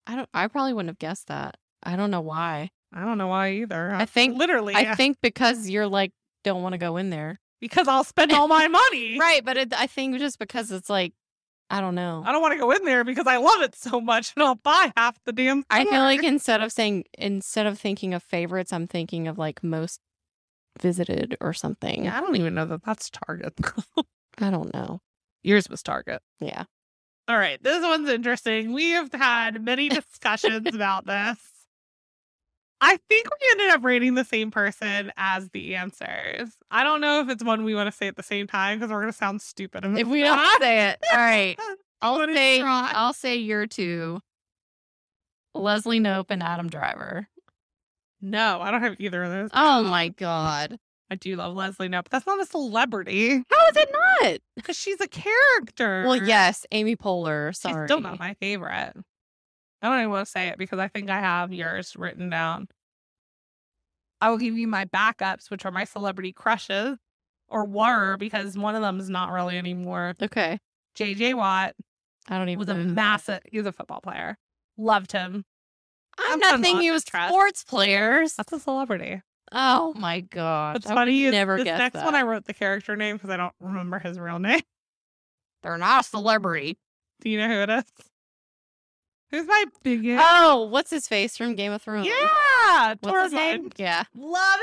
I don't I probably wouldn't have guessed that. I don't know why. I don't know why either. I think- literally uh, I think because you're like don't want to go in there. because I'll spend all my money. Right, but it, I think just because it's like I don't know. I don't want to go in there because I love it so much and I'll buy half the damn. I feel store. like instead of saying instead of thinking of favorites, I'm thinking of like most visited or something. Yeah, I don't even know that that's Target. I don't know. Yours was Target. Yeah. All right, this one's interesting. We have had many discussions about this. I think we ended up rating the same person as the answers. I don't know if it's one we want to say at the same time because we're going to sound stupid. If we don't say it. All right. I'll What a say try. I'll say your two. Leslie Nope and Adam Driver. No, I don't have either of those. Oh my god. I do love Leslie No, but that's not a celebrity How is it not? because she's a character. Well, yes, Amy Poehler. She's Sorry. still not my favorite. I don't even want to say it because I think I have yours written down. I will give you my backups, which are my celebrity crushes, or were because one of them is not really anymore. Okay. JJ Watt I don't even. was a know. massive. He was a football player. Loved him. I'm I'm not not thinking he was impressed. sports players. That's a celebrity. Oh my god. What's funny is never this guess next one that. I wrote the character name because I don't remember his real name. They're not a celebrity. Do you know who it is? Who's my biggest? Oh, what's his face from Game of Thrones? yeah, What's his name? Tormund. Yeah. Love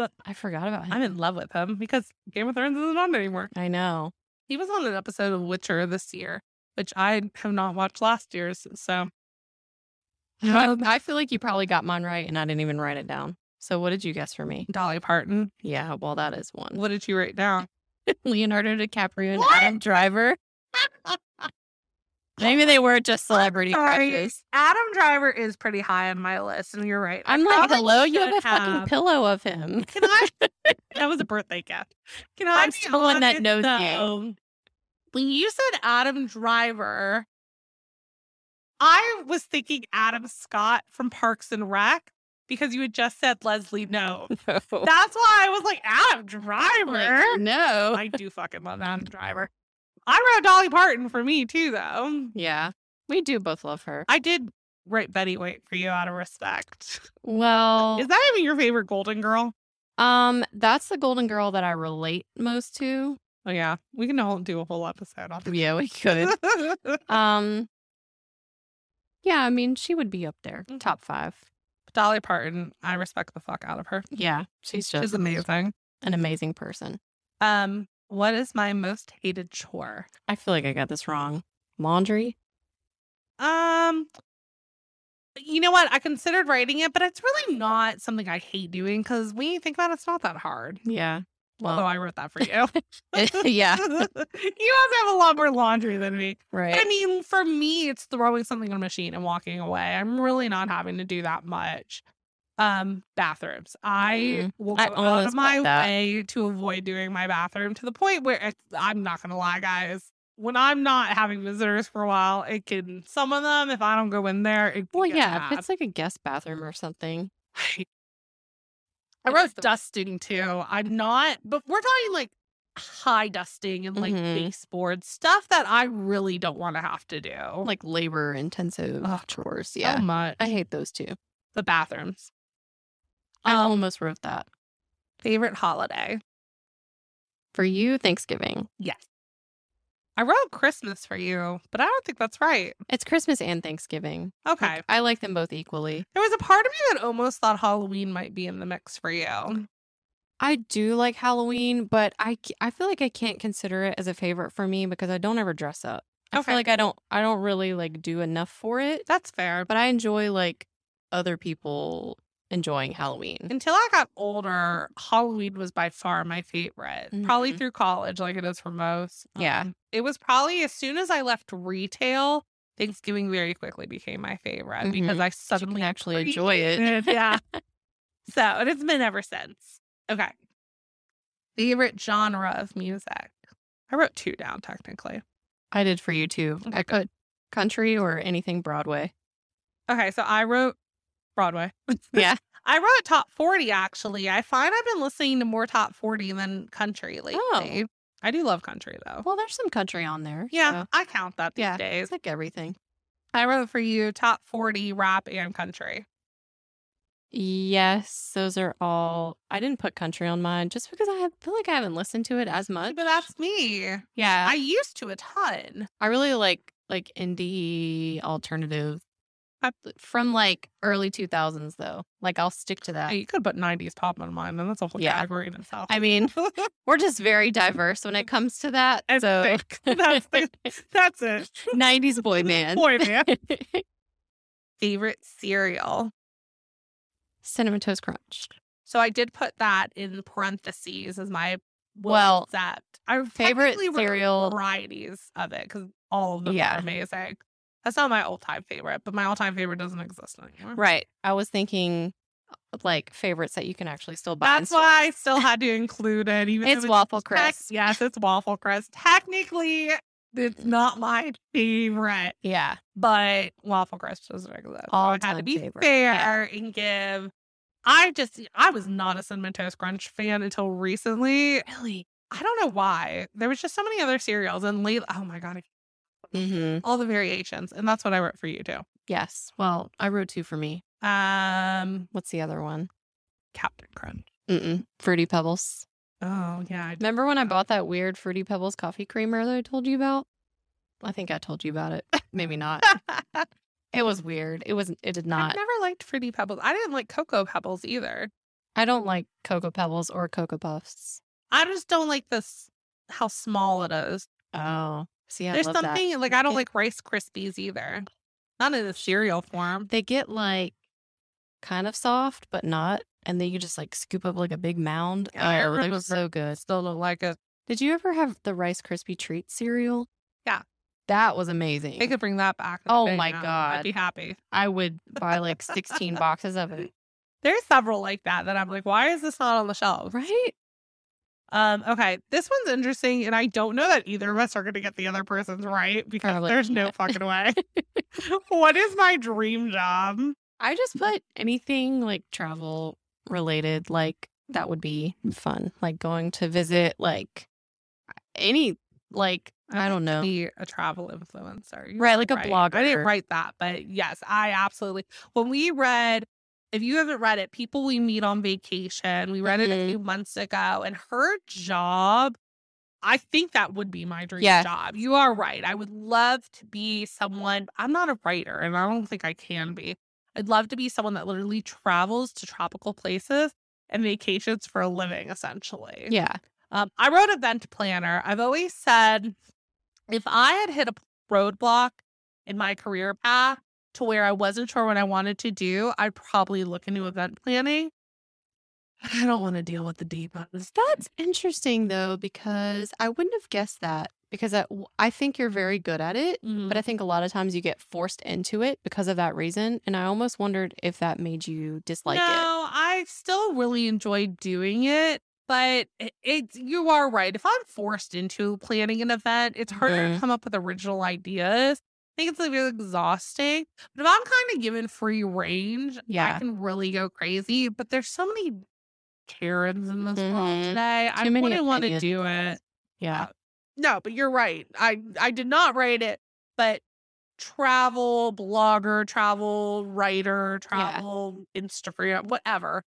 him. I forgot about him. I'm in love with him because Game of Thrones isn't on anymore. I know. He was on an episode of Witcher this year, which I have not watched last year's. So I, I feel like you probably got mine right and I didn't even write it down. So what did you guess for me? Dolly Parton, Yeah, well that is one. what did you write down? Leonardo DiCaprio and What? Adam Driver. Maybe they were just celebrity Sorry. crushes. Adam Driver is pretty high on my list, and you're right. I I'm like, probably hello, you have a should fucking have. pillow of him. Can I? that was a birthday gift. Can I? I'm be still one that honest, knows you. though? When you said Adam Driver, I was thinking Adam Scott from Parks and Rec because you had just said Leslie No. No. That's why I was like Adam Driver. Like, no. I do fucking love Adam Driver. I wrote Dolly Parton for me too, though. Yeah. We do both love her. I did write Betty White for you out of respect. Well, Is that even your favorite Golden Girl? um, that's the golden girl that I relate most to. Oh yeah, we can all do a whole episode on. Yeah, we could. that. um, yeah, I mean, she would be up there, Mhm. top five. Dolly Parton, I respect the fuck out of her. Yeah, she's just She's amazing. an amazing person. Um, what is my most hated chore? I feel like I got this wrong. Laundry. Um, you know what? I considered writing it, but it's really not something I hate doing because when you think about it, it's not that hard. Yeah. Although Well, I wrote that for you. yeah, you also have a lot more laundry than me. But I right. mean, for me, it's throwing something on a machine and walking away. I'm really not having to do that much. Um, bathrooms. I Mm. will go I out almost of bought my that. way to avoid doing my bathroom to the point where it's, I'm not gonna lie, guys. When I'm not having visitors for a while, it can some of them. If I don't go in there, it Well, gets yeah, if bad. it's like a guest bathroom or something. I It's wrote the- dusting too. I'm not, but we're talking like high dusting and like Mhm. baseboard stuff that I really don't want to have to do. like labor intensive Ugh, chores. so Yeah. much. I hate those two. the bathrooms. I Um, almost wrote that. favorite holiday. For you, Thanksgiving. Yes. I wrote Christmas for you, but I don't think that's right. It's Christmas and Thanksgiving. Okay. Like, I like them both equally. there was a part of me that almost thought Halloween might be in the mix for you. I do like Halloween, but I c- I feel like I can't consider it as a favorite for me because I don't ever dress up. I Okay. feel like I don't I don't really like do enough for it, That's fair. But but I enjoy like other people enjoying Halloween. until I got older, Halloween was by far my favorite, probably Mhm. through college, like it is for most. Yeah. Um, it was probably as soon as I left retail, Thanksgiving very quickly became my favorite because I You suddenly can actually enjoy it. it. Mm, yeah. So and it's been ever since. Okay. Favorite genre of music. I wrote two down technically. I did for you too. Okay, I put country or anything Broadway. Okay, so I wrote Broadway. Yeah. I wrote top 40 actually. I find I've been listening to more top 40 than country lately. Oh. I do love country though. Well, there's some country on there. yeah, so I count that these Yeah. days. it's like everything. I wrote for you top 40 rap and country. Yes, those are all. I didn't put country on mine just because I have, feel like I haven't listened to it as much. But that's me. yeah, I used to a ton. I really like like indie alternative I- from like early 2000s though. Like I'll stick to that. Hey, you could put 90s pop on mine, and that's a whole Yeah. category in itself. I mean, we're just very diverse when it comes to that. I so think that's, the, that's it. 90s boy band. Boy, man. Favorite cereal. Cinnamon Toast Crunch. So I did put that in parentheses as my will Well, accept. I Favorite technically wrote cereal. varieties of it because all of them Yeah. are amazing. That's not my all time favorite, but my all time favorite doesn't exist anymore. Right. I was thinking uh, like favorites that you can actually still buy. in That's why I still had to include it. Even It's though waffle tec- crisp. yes, it's waffle crust. Technically, it's not my favorite. Yeah. but waffle crisp doesn't exist. All I had to All-time be favorite. fair and give. I just I was not a cinnamon toast crunch fan until recently. Really? I don't know why. There was just so many other cereals and late. Oh my god, I- Mm-hmm. all the variations, and that's what I wrote for you too. Yes. Well, I wrote two for me. Um, What's the other one? Captain Crunch. Mm-mm. Fruity Pebbles. Oh yeah, I did. Remember when I bought that weird Fruity Pebbles coffee creamer that I told you about? I think I told you about it. Maybe not. It was weird. It was. It did I've not. never liked fruity pebbles. I didn't like cocoa pebbles either. I don't like Cocoa Pebbles or Cocoa Puffs. I just don't like this how small it is. Oh, see, I There's love that. something like I don't Yeah. like Rice Krispies either. Not in a cereal form. They get like kind of soft, but not. And then you just like scoop up like a big mound. Yeah, I oh, they remember. were so good. Still don't like it. Did you ever have the Rice Krispie treat cereal? Yeah. That was amazing. They could bring that back. in the Oh day my now. I'd God. be happy. I would buy like 16 boxes of it. There's several like that that I'm like, why is this not on the shelf? Right? Um, okay, this one's interesting, and I don't know that either of us are going to get the other person's right because Probably there's no not. fucking way. what is my dream job? I just put anything like travel related, like that would be fun. Like going to visit, like any, like, I don't know. Be a travel influencer, You Right, like a right. I didn't blogger. write that, but yes, I absolutely. When we read, if you haven't read it, people we meet on vacation, we read it a Mhm. few months ago, and her job, I think that would be my dream Yeah. job. You are right. I would love to be someone. I'm not a writer, and I don't think I can be. I'd love to be someone that literally travels to tropical places and vacations for a living, essentially. Yeah. Um, I wrote event planner. I've always said if I had hit a roadblock in my career path to where I wasn't sure what I wanted to do, I'd probably look into event planning. I don't want to deal with the deep end. That's interesting though, because I wouldn't have guessed that because I, I think you're very good at it. But I think a lot of times you get forced into it because of that reason. And I almost wondered if that made you dislike it. no, I still really enjoy doing it, but it, it's you are right. If I'm forced into planning an event, it's harder to Mhm. come up with original ideas. I think it's a little exhausting. But if I'm kind of given free range, I Yeah. can really go crazy. But there's so many Karens in this world Mhm. today. I Too many wouldn't want to opinions. do it. Yeah. No, but you're right. I I did not rate it, but travel blogger, travel writer, travel Instagram, whatever.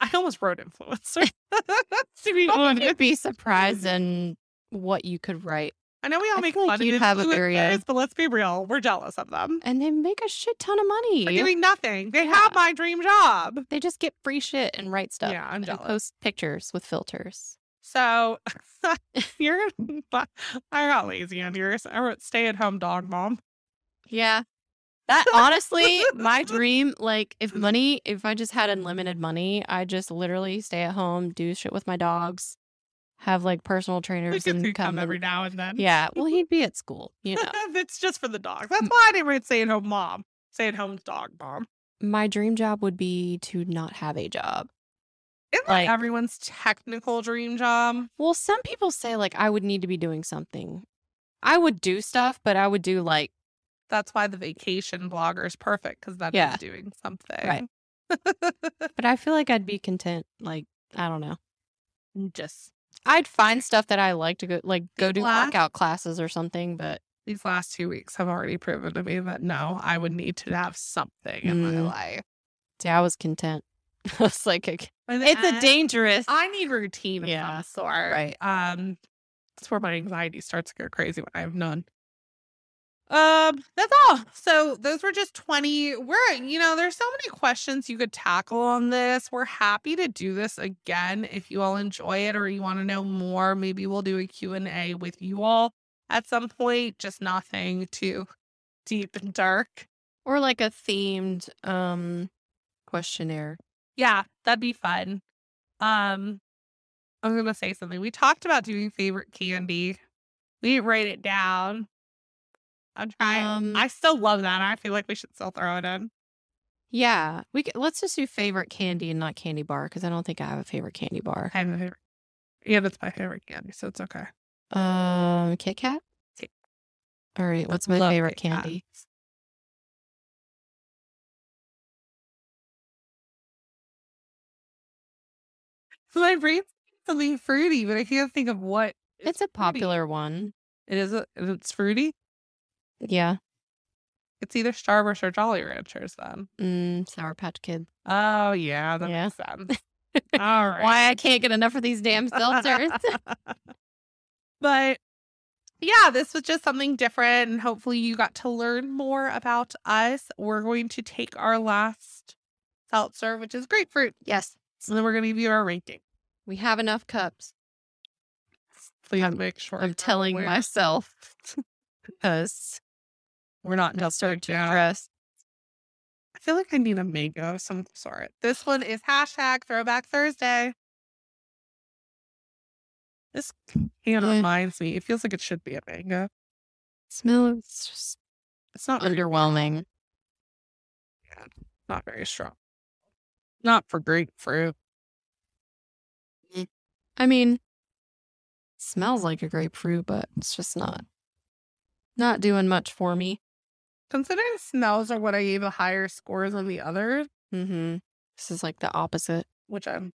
I almost wrote influencer. to be I honest. would be surprised in what you could write. I know we all I make feel like fun of you'd have a very, uh, influencers, but let's be real, we're jealous of them. And they make a shit ton of They're money. doing nothing. They Yeah. have my dream job. They just get free shit and write stuff Yeah, I'm and jealous. post pictures with filters. So you're I got lazy on yours. I wrote stay at home dog mom. Yeah. That honestly, my dream, like if money, if I just had unlimited money, I just literally stay at home, do shit with my dogs, have like personal We trainers could and see come come every and- now and then. Yeah. Well, he'd be at school, you know. Mm. it's just for the dog. That's why I didn't write stay at home mom. Stay at home dog mom. my dream job would be to not have a job. Isn't Like- that everyone's technical dream job? Well, some people say like I would need to be doing something. I would do stuff, but I would do like That's why the vacation blogger is perfect because that is Yeah. doing something. Right. but I feel like I'd be content like I don't know. Just I'd find stuff that I like to go like go do Class. workout classes or something, but these last two weeks have already proven to me that no, I would need to have something in my Mm. life. see, I was content. I was like, okay, And it's a I- dangerous. I need routine of Yeah, some sort. right. Um, that's where my anxiety starts to go crazy when I have none. Um, that's all. So those were just 20. We're, you know, there's so many questions you could tackle on this. We're happy to do this again if you all enjoy it or you want to know more. Maybe we'll do a Q&A with you all at some point. Just nothing too deep and dark. or like a themed um questionnaire. Yeah, that'd be fun. Um, I'm gonna say something. We talked about doing favorite candy. We didn't write it down. I'm trying. Um, I still love that. I feel like we should still throw it in. Yeah, we could, let's just do favorite candy and not candy bar because I don't think I have a favorite candy bar. I have a favorite. Yeah, that's my favorite candy, so it's okay. Um, Kit Kat. Kit- All right, what's my Love favorite Kit Kat. candy? So my brain's thinking something fruity, but I can't think of what. is It's a fruity. popular one. It is. A, it's fruity. Yeah, It's either Starburst or Jolly Ranchers. Then. mm, Sour Patch Kid. Oh yeah, that Yeah. makes sense. All right. Why I can't get enough of these damn seltzers? but yeah, this was just something different. And hopefully, you got to learn more about us. We're going to take our last seltzer, which is grapefruit, yes, and then we're going to give you our ranking. we have enough cups. Please I'm- make sure. I'm you're telling aware. myself because We're not I'll just start to yeah. dress. I feel like I need a mango of some sort. This one is hashtag Throwback Thursday. This can Yeah. reminds me. It feels like it should be a mango. Smell is just It's not underwhelming. not very strong. Not for grapefruit. I mean, smells like a grapefruit, but it's just not not doing much for me. Considering smells are what I gave the higher scores on the other, Mm-hmm. This is like the opposite. which I'm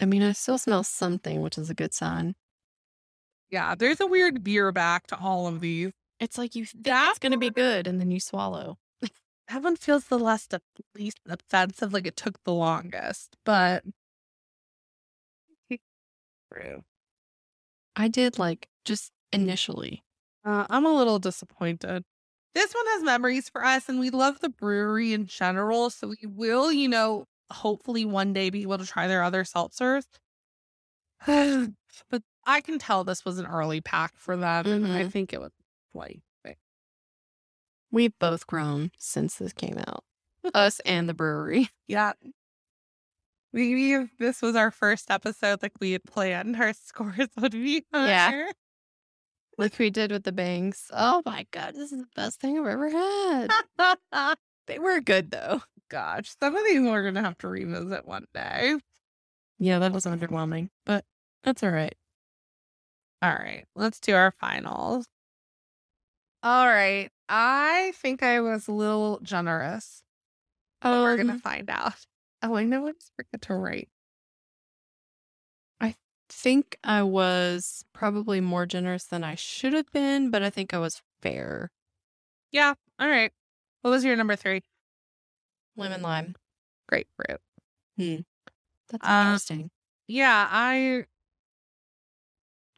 I mean, I still smell something, which is a good sign. yeah, there's a weird veer back to all of these. It's like you think That it's gonna be good, and then you swallow. That one feels the less of, least offensive, like it took the longest, but true. I did like just initially. Uh, I'm a little disappointed. This one has memories for us, and we love the brewery in general. So we will, you know, hopefully one day be able to try their other seltzers. but I can tell this was an early pack for them. and I Mhm. think it was like We've both grown since this came out, us and the brewery. Yeah. Maybe if this was our first episode, like we had planned, our scores would be Yeah. higher. Like we did with the bangs. Oh my god, this is the best thing I've ever had. they were good though. Gosh, some of these we're gonna have to revisit one day. Yeah, that was underwhelming, but that's all right. All right, let's do our finals. All right, I think I was a little generous. Oh, Um We're gonna find out. Oh, I know I just forgot to write. I think I was probably more generous than I should have been, but I think I was fair. Yeah. All right. What was your number three? Lemon lime. Grapefruit. That's Um, interesting. Yeah, I.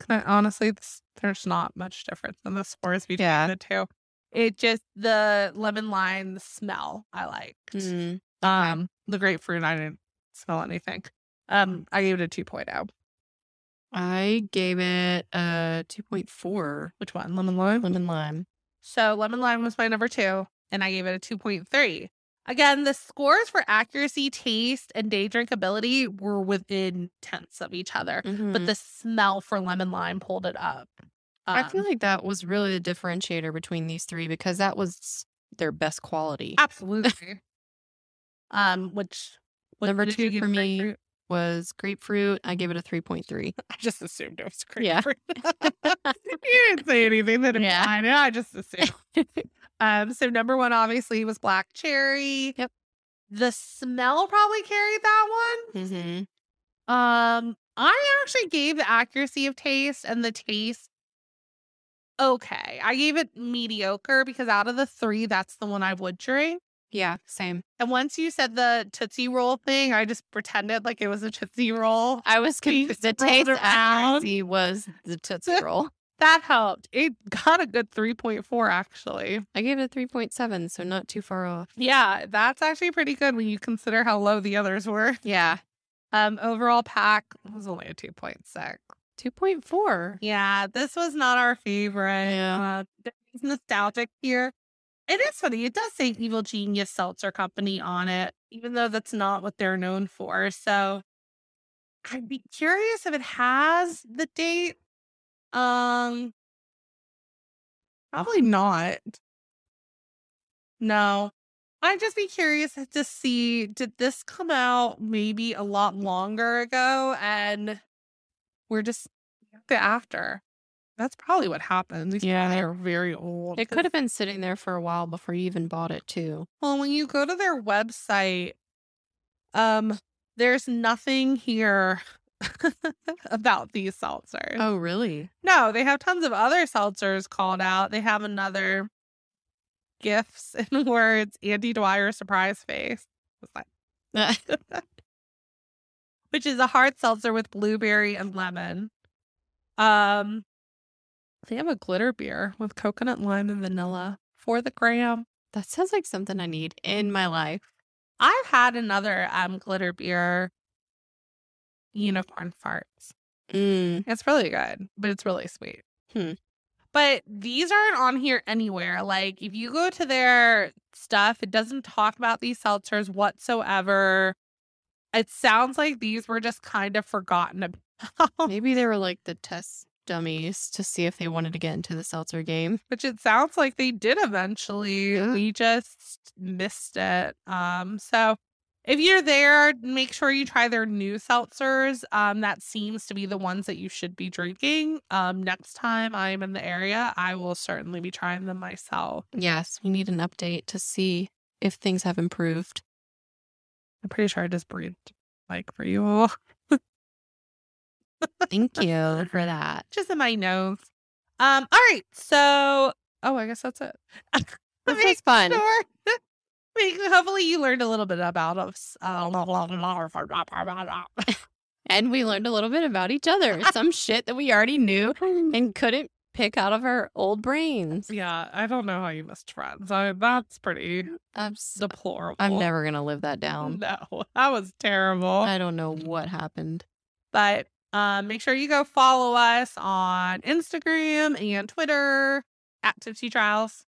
Can I honestly, this, there's not much difference in the scores between Yeah. the two. It just the lemon lime, the smell I liked. Mm. Um, the grapefruit, I didn't smell anything. Um, I gave it a two point oh. I gave it uh, a 2.4 Which one? Lemon lime. lemon lime. So lemon lime was my number two, and I gave it a two point three. Again, the scores for accuracy, taste, and day drinkability were within tenths of each other, but Mhm. the smell for lemon lime pulled it up. I feel Um, like that was really the differentiator between these three because that was their best quality. absolutely. um, which what Number did you two give for me- grapefruit? was grapefruit. I gave it a 3.3. I just assumed it was Yeah. grapefruit. you didn't say anything that Yeah. implied it. I just assumed. um, so number one obviously was black cherry. Yep. The smell probably carried that one. Mm-hmm. Um, I actually gave the accuracy of taste and the taste okay. I gave it mediocre because out of the three, that's the one I would drink. Yeah, same. And once you said the Tootsie Roll thing, I just pretended like it was a Tootsie Roll. I was Being confused. The swirled taste around. accuracy was the Tootsie Roll. That helped. It got a good 3.4, actually. I gave it a 3.7, so not too far off. Yeah, that's actually pretty good when you consider how low the others were. Yeah. Um, overall pack was only a 2.6. 2.4. Yeah, this was not our favorite. Yeah. Uh, th- it's nostalgic here. It is funny. It does say Evil Genius Seltzer Company on it, even though that's not what they're known for. So I'd be curious if it has the date. Um, probably not. No. I'd just be curious to see did this come out maybe a lot longer ago and we're just the after. That's probably what happened. These Yeah. they're very old. It could have been sitting there for a while before you even bought it, too. Well, when you go to their website, um, there's nothing here about these seltzers. Oh, really? No, they have tons of other seltzers called out. They have another gifts and words. Andy Dwyer surprise face. It's like- which is a hard seltzer with blueberry and lemon. Um, they have a glitter beer with coconut lime and vanilla for the gram. that sounds like something I need in my life. I've had another um glitter beer, unicorn farts. Mm. It's really good, but it's really sweet. Hmm. But these aren't on here anywhere. Like if you go to their stuff, it doesn't talk about these seltzers whatsoever. It sounds like these were just kind of forgotten about, Oh, Maybe they were like the test dummies to see if they wanted to get into the seltzer game. which it sounds like they did eventually. Yeah. We just missed it. Um, so if you're there, make sure you try their new seltzers. Um, that seems to be the ones that you should be drinking. Um, next time I'm in the area, I will certainly be trying them myself. Yes, we need an update to see if things have improved. I'm pretty sure I just breathed like for you all. Thank you for that. Just in my nose. Um, all right. So oh I guess that's it. This Make was fun. sure- make- Hopefully you learned a little bit about us. Um, Uh, And we learned a little bit about each other, some shit that we already knew and couldn't pick out of our old brains. Yeah, I don't know how you missed friends. I, that's pretty I'm, s- deplorable. I'm never going to live that down. No, that was terrible. I don't know what happened. but um, make sure you go follow us on Instagram and Twitter at Tipsy Trials.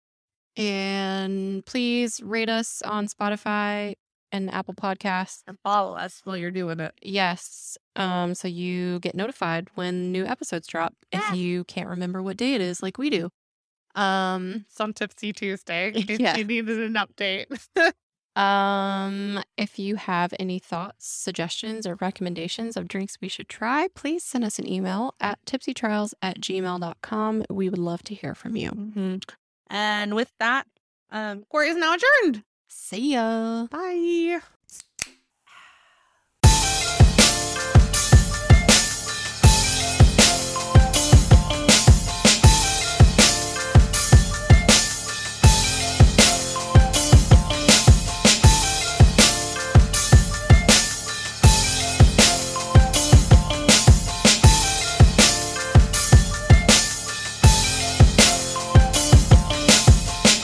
And please rate us on Spotify and Apple Podcasts. And follow us while you're doing it. Yes. Um, so you get notified when new episodes drop Yes. if you can't remember what day it is, like we do. Um, It's on Tipsy Tuesday if Yeah. you needed an update. Um, if you have any thoughts, suggestions, or recommendations of drinks we should try, please send us an email at tipsytrials at gmail.com. We would love to hear from you. Mm-hmm. And with that, um, Corey is now adjourned. See ya. Bye.